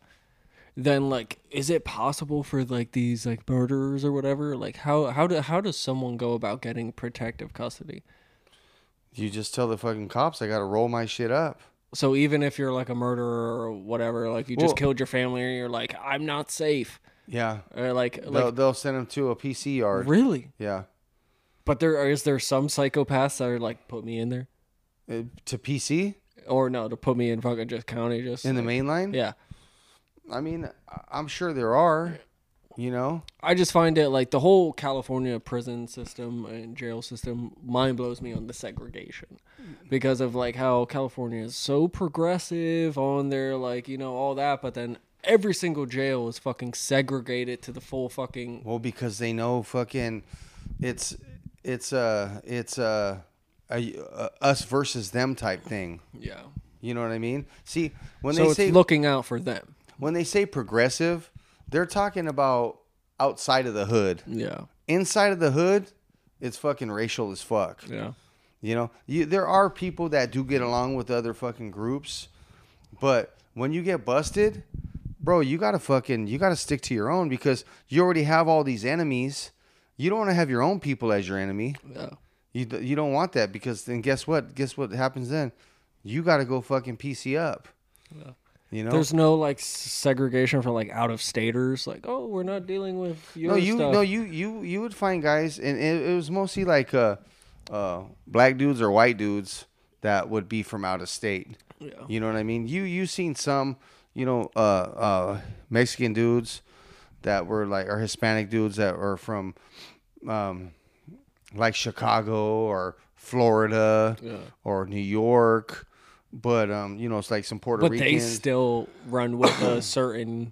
Speaker 2: then like, is it possible for like these like murderers or whatever? Like, how how do how does someone go about getting protective custody?
Speaker 1: You just tell the fucking cops I got to roll my shit up.
Speaker 2: So even if you're like a murderer or whatever, like you just
Speaker 1: Well-
Speaker 2: killed your family, and you're like, I'm not safe,
Speaker 1: Yeah.
Speaker 2: or like
Speaker 1: they'll,
Speaker 2: like
Speaker 1: they'll send him to a PC yard.
Speaker 2: really.
Speaker 1: Yeah,
Speaker 2: But there is there some psychopaths that are like put me in there.
Speaker 1: Uh, to PC
Speaker 2: or no, to put me in fucking just county, just
Speaker 1: in the main line.
Speaker 2: yeah.
Speaker 1: I mean, I- I'm sure there are. You know,
Speaker 2: I just find it like the whole California prison system and jail system mind blows me on the segregation because of like how California is so progressive on their like you know all that, but then every single jail is fucking segregated to the full fucking
Speaker 1: well because they know fucking, it's it's uh it's uh a, a us versus them type thing.
Speaker 2: Yeah.
Speaker 1: You know what I mean? See, when
Speaker 2: So
Speaker 1: they
Speaker 2: it's
Speaker 1: say
Speaker 2: looking out for them.
Speaker 1: when they say progressive, they're talking about outside of the hood.
Speaker 2: Yeah.
Speaker 1: Inside of the hood, it's fucking racial as fuck.
Speaker 2: Yeah.
Speaker 1: You know, you, there are people that do get along with other fucking groups, but when you get busted, bro, you gotta fucking you gotta stick to your own because you already have all these enemies. You don't want to have your own people as your enemy.
Speaker 2: Yeah.
Speaker 1: You d- you don't want that because then guess what? Guess what happens then? You gotta go fucking PC up. You know,
Speaker 2: There's no like s- segregation for like out of staters. Like, oh, we're not dealing with your
Speaker 1: no you
Speaker 2: stuff.
Speaker 1: no you you you would find guys and it, it was mostly like uh uh black dudes or white dudes that would be from out of state
Speaker 2: Yeah.
Speaker 1: you know what i mean you you seen some you know uh uh mexican dudes that were like or hispanic dudes that were from um like chicago or florida or new york but um you know it's like some puerto
Speaker 2: but
Speaker 1: Ricans
Speaker 2: they still run with a certain.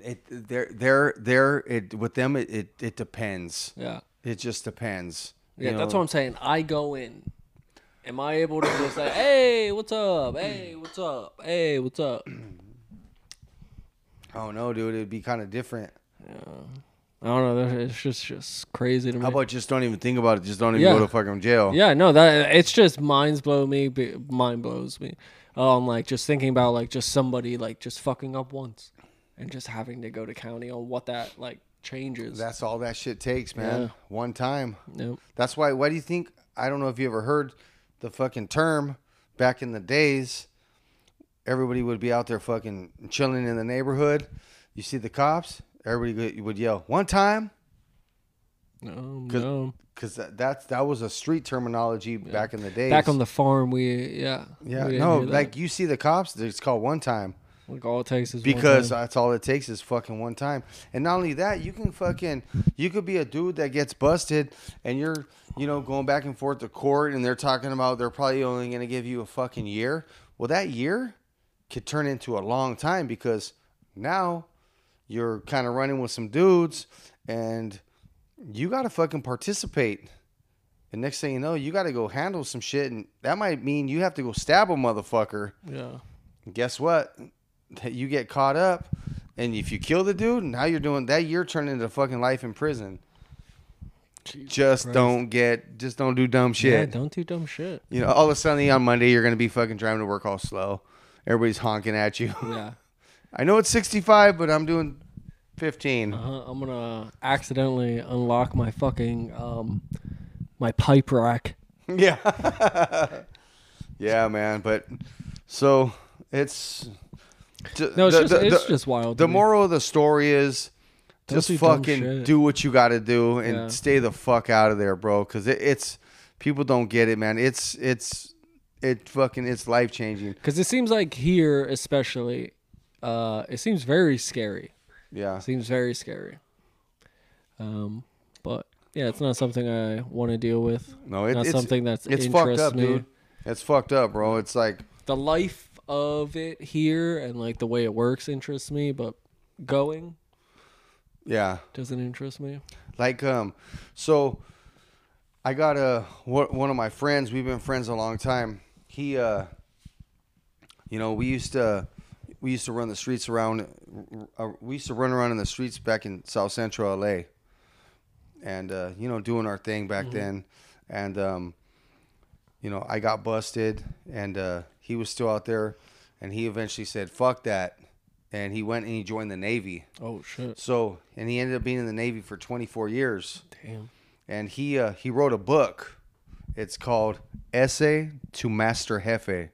Speaker 1: it they're they're they're it with them it it, it depends
Speaker 2: Yeah.
Speaker 1: it just depends
Speaker 2: Yeah,
Speaker 1: you
Speaker 2: that's
Speaker 1: know?
Speaker 2: what I'm saying. I go in. Am I able to just say, "Hey, what's up? Hey, what's up? Hey, what's up?"
Speaker 1: i don't know dude it'd be kind of different
Speaker 2: I don't know. that- It's just just crazy to me.
Speaker 1: how about just don't even think about it just don't even
Speaker 2: Yeah.
Speaker 1: go to fucking jail
Speaker 2: yeah, no, that it's just minds blow me. be- Mind blows me. Um, like just thinking about like just somebody like just fucking up once, and just having to go to county on what that like changes.
Speaker 1: that's all that shit takes man
Speaker 2: Yeah.
Speaker 1: one time
Speaker 2: Nope.
Speaker 1: that's why why do you think i don't know if you ever heard the fucking term back in the days everybody would be out there fucking chilling in the neighborhood you see the cops everybody would yell one time
Speaker 2: No, no.
Speaker 1: because that, that's that was a street terminology back in the days
Speaker 2: Back on the farm, we yeah.
Speaker 1: Yeah,
Speaker 2: we didn't
Speaker 1: no,
Speaker 2: hear that.
Speaker 1: like you see the cops, it's called one time
Speaker 2: like all it takes is one
Speaker 1: because
Speaker 2: time.
Speaker 1: that's all it takes is fucking one time. And not only that, you can fucking you could be a dude that gets busted and you're you know going back and forth to court and they're talking about they're probably only going to give you a fucking year. Well, that year could turn into a long time because now you're kind of running with some dudes and you got to fucking participate. And next thing you know, you got to go handle some shit, and that might mean you have to go stab a motherfucker
Speaker 2: yeah.
Speaker 1: guess what? That You get caught up, and if you kill the dude, now you're doing that. You're turning into fucking life in prison. Just don't get, just don't do dumb
Speaker 2: Yeah,
Speaker 1: shit.
Speaker 2: don't do dumb shit.
Speaker 1: you know, all of a sudden on Monday you're gonna be fucking driving to work all slow. Everybody's honking at you.
Speaker 2: Yeah.
Speaker 1: I know it's 65, but I'm doing 15.
Speaker 2: Uh, I'm gonna accidentally unlock my fucking um my pipe rack.
Speaker 1: Yeah, yeah, man. But so it's
Speaker 2: No, it's just it's just wild.
Speaker 1: The
Speaker 2: to me.
Speaker 1: moral of the story is
Speaker 2: Don't
Speaker 1: just
Speaker 2: do dumb
Speaker 1: fucking
Speaker 2: shit.
Speaker 1: do what you got to do and
Speaker 2: Yeah.
Speaker 1: stay the fuck out of there, bro. Because it, it's people don't get it, man. It's it's it fucking it's life changing.
Speaker 2: Because it seems like here, especially, uh, it seems very scary.
Speaker 1: Yeah,
Speaker 2: Seems very scary. Um, but yeah, it's not something I want to deal with.
Speaker 1: no, it,
Speaker 2: not
Speaker 1: it's
Speaker 2: something that's
Speaker 1: it's fucked
Speaker 2: interests
Speaker 1: up,
Speaker 2: me.
Speaker 1: dude. It's fucked up, bro. It's like
Speaker 2: The life of it here and like the way it works interests me, but going
Speaker 1: yeah,
Speaker 2: doesn't interest me.
Speaker 1: like um, so I got a one one of my friends. We've been friends a long time. He uh, you know, we used to we used to run the streets around. Uh, we used to run around in the streets back in South Central LA. and uh, you know doing our thing back then and um, you know i got busted and uh, he was still out there and he eventually said fuck that and he went and he joined the navy
Speaker 2: Oh shit!
Speaker 1: so and he ended up being in the navy for 24 years
Speaker 2: Damn.
Speaker 1: and he uh, he wrote a book it's called essay to master jefe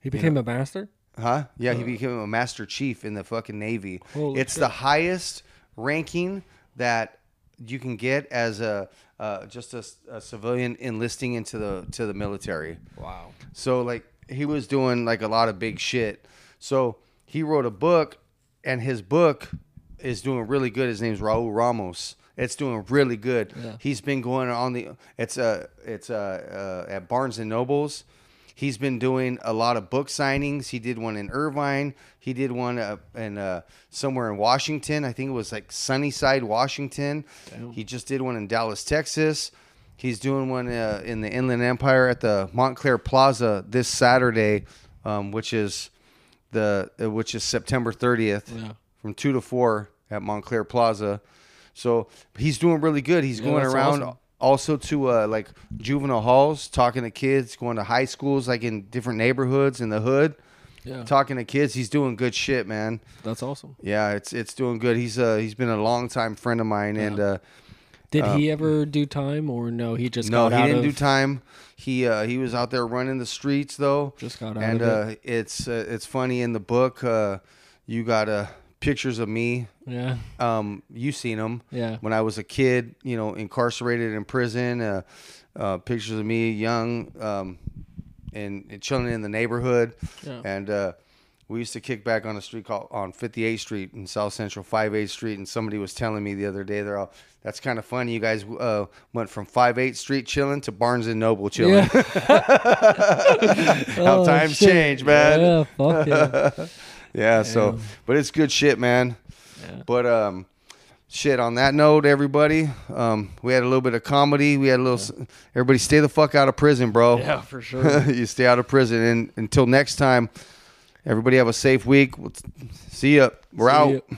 Speaker 2: He became a master.
Speaker 1: Huh? Yeah, he became a master chief in the fucking navy.
Speaker 2: Uh. Holy
Speaker 1: it's the highest ranking that you can get as a uh, just a, s- a civilian enlisting into the to the military.
Speaker 2: Wow.
Speaker 1: So like he was doing like a lot of big shit. So he wrote a book, and his book is doing really good. His name's Raul Ramos. It's doing really good. He's been going on the it's uh it's uh, uh at Barnes and Nobles. He's been doing a lot of book signings. He did one in Irvine. He did one uh, in uh, somewhere in Washington. I think it was like Sunnyside, Washington. He just did one in Dallas, Texas. He's doing one uh, in the Inland Empire at the Montclair Plaza this Saturday, um, which is the uh, which is September 30th
Speaker 2: Yeah.
Speaker 1: from two to four at Montclair Plaza. So he's doing really good. He's
Speaker 2: Yeah,
Speaker 1: going
Speaker 2: that's
Speaker 1: around
Speaker 2: awesome.
Speaker 1: also to uh, like juvenile halls, talking to kids, going to high schools, like in different neighborhoods in the hood,
Speaker 2: Yeah.
Speaker 1: talking to kids. He's doing good shit, man.
Speaker 2: That's awesome.
Speaker 1: Yeah, it's it's doing good. He's uh he's been a long time friend of mine, and uh,
Speaker 3: Did he ever do time or no? He just
Speaker 1: no,
Speaker 3: got
Speaker 1: he
Speaker 3: out
Speaker 1: didn't
Speaker 3: of.
Speaker 1: do time. He uh, he was out there running the streets though.
Speaker 3: Just got out
Speaker 1: and
Speaker 3: of
Speaker 1: uh, it's uh, it's funny in the book. Uh, you got uh, pictures of me.
Speaker 3: yeah,
Speaker 1: Um, you seen them?
Speaker 3: Yeah.
Speaker 1: When I was a kid, you know, incarcerated in prison. Uh, uh, pictures of me young, um, and, and chilling in the neighborhood.
Speaker 3: Yeah.
Speaker 1: And uh, we used to kick back on a street called on 58th Street in South Central, 58th Street. And somebody was telling me the other day, they're all, that's kind of funny. You guys uh, went from 58th Street chilling to Barnes and Noble chilling.
Speaker 3: Yeah.
Speaker 1: How
Speaker 3: Oh,
Speaker 1: times
Speaker 3: shit.
Speaker 1: change, man. Yeah.
Speaker 3: Yeah, fuck yeah.
Speaker 1: so, but it's good shit, man. But um, shit. On that note, everybody, um, we had a little bit of comedy. We had a little. s Everybody, stay the fuck out of prison, bro.
Speaker 3: yeah, for sure.
Speaker 1: you stay out of prison. And until next time, everybody have a safe week. We'll t- See ya. We're
Speaker 3: See
Speaker 1: out.
Speaker 3: ya.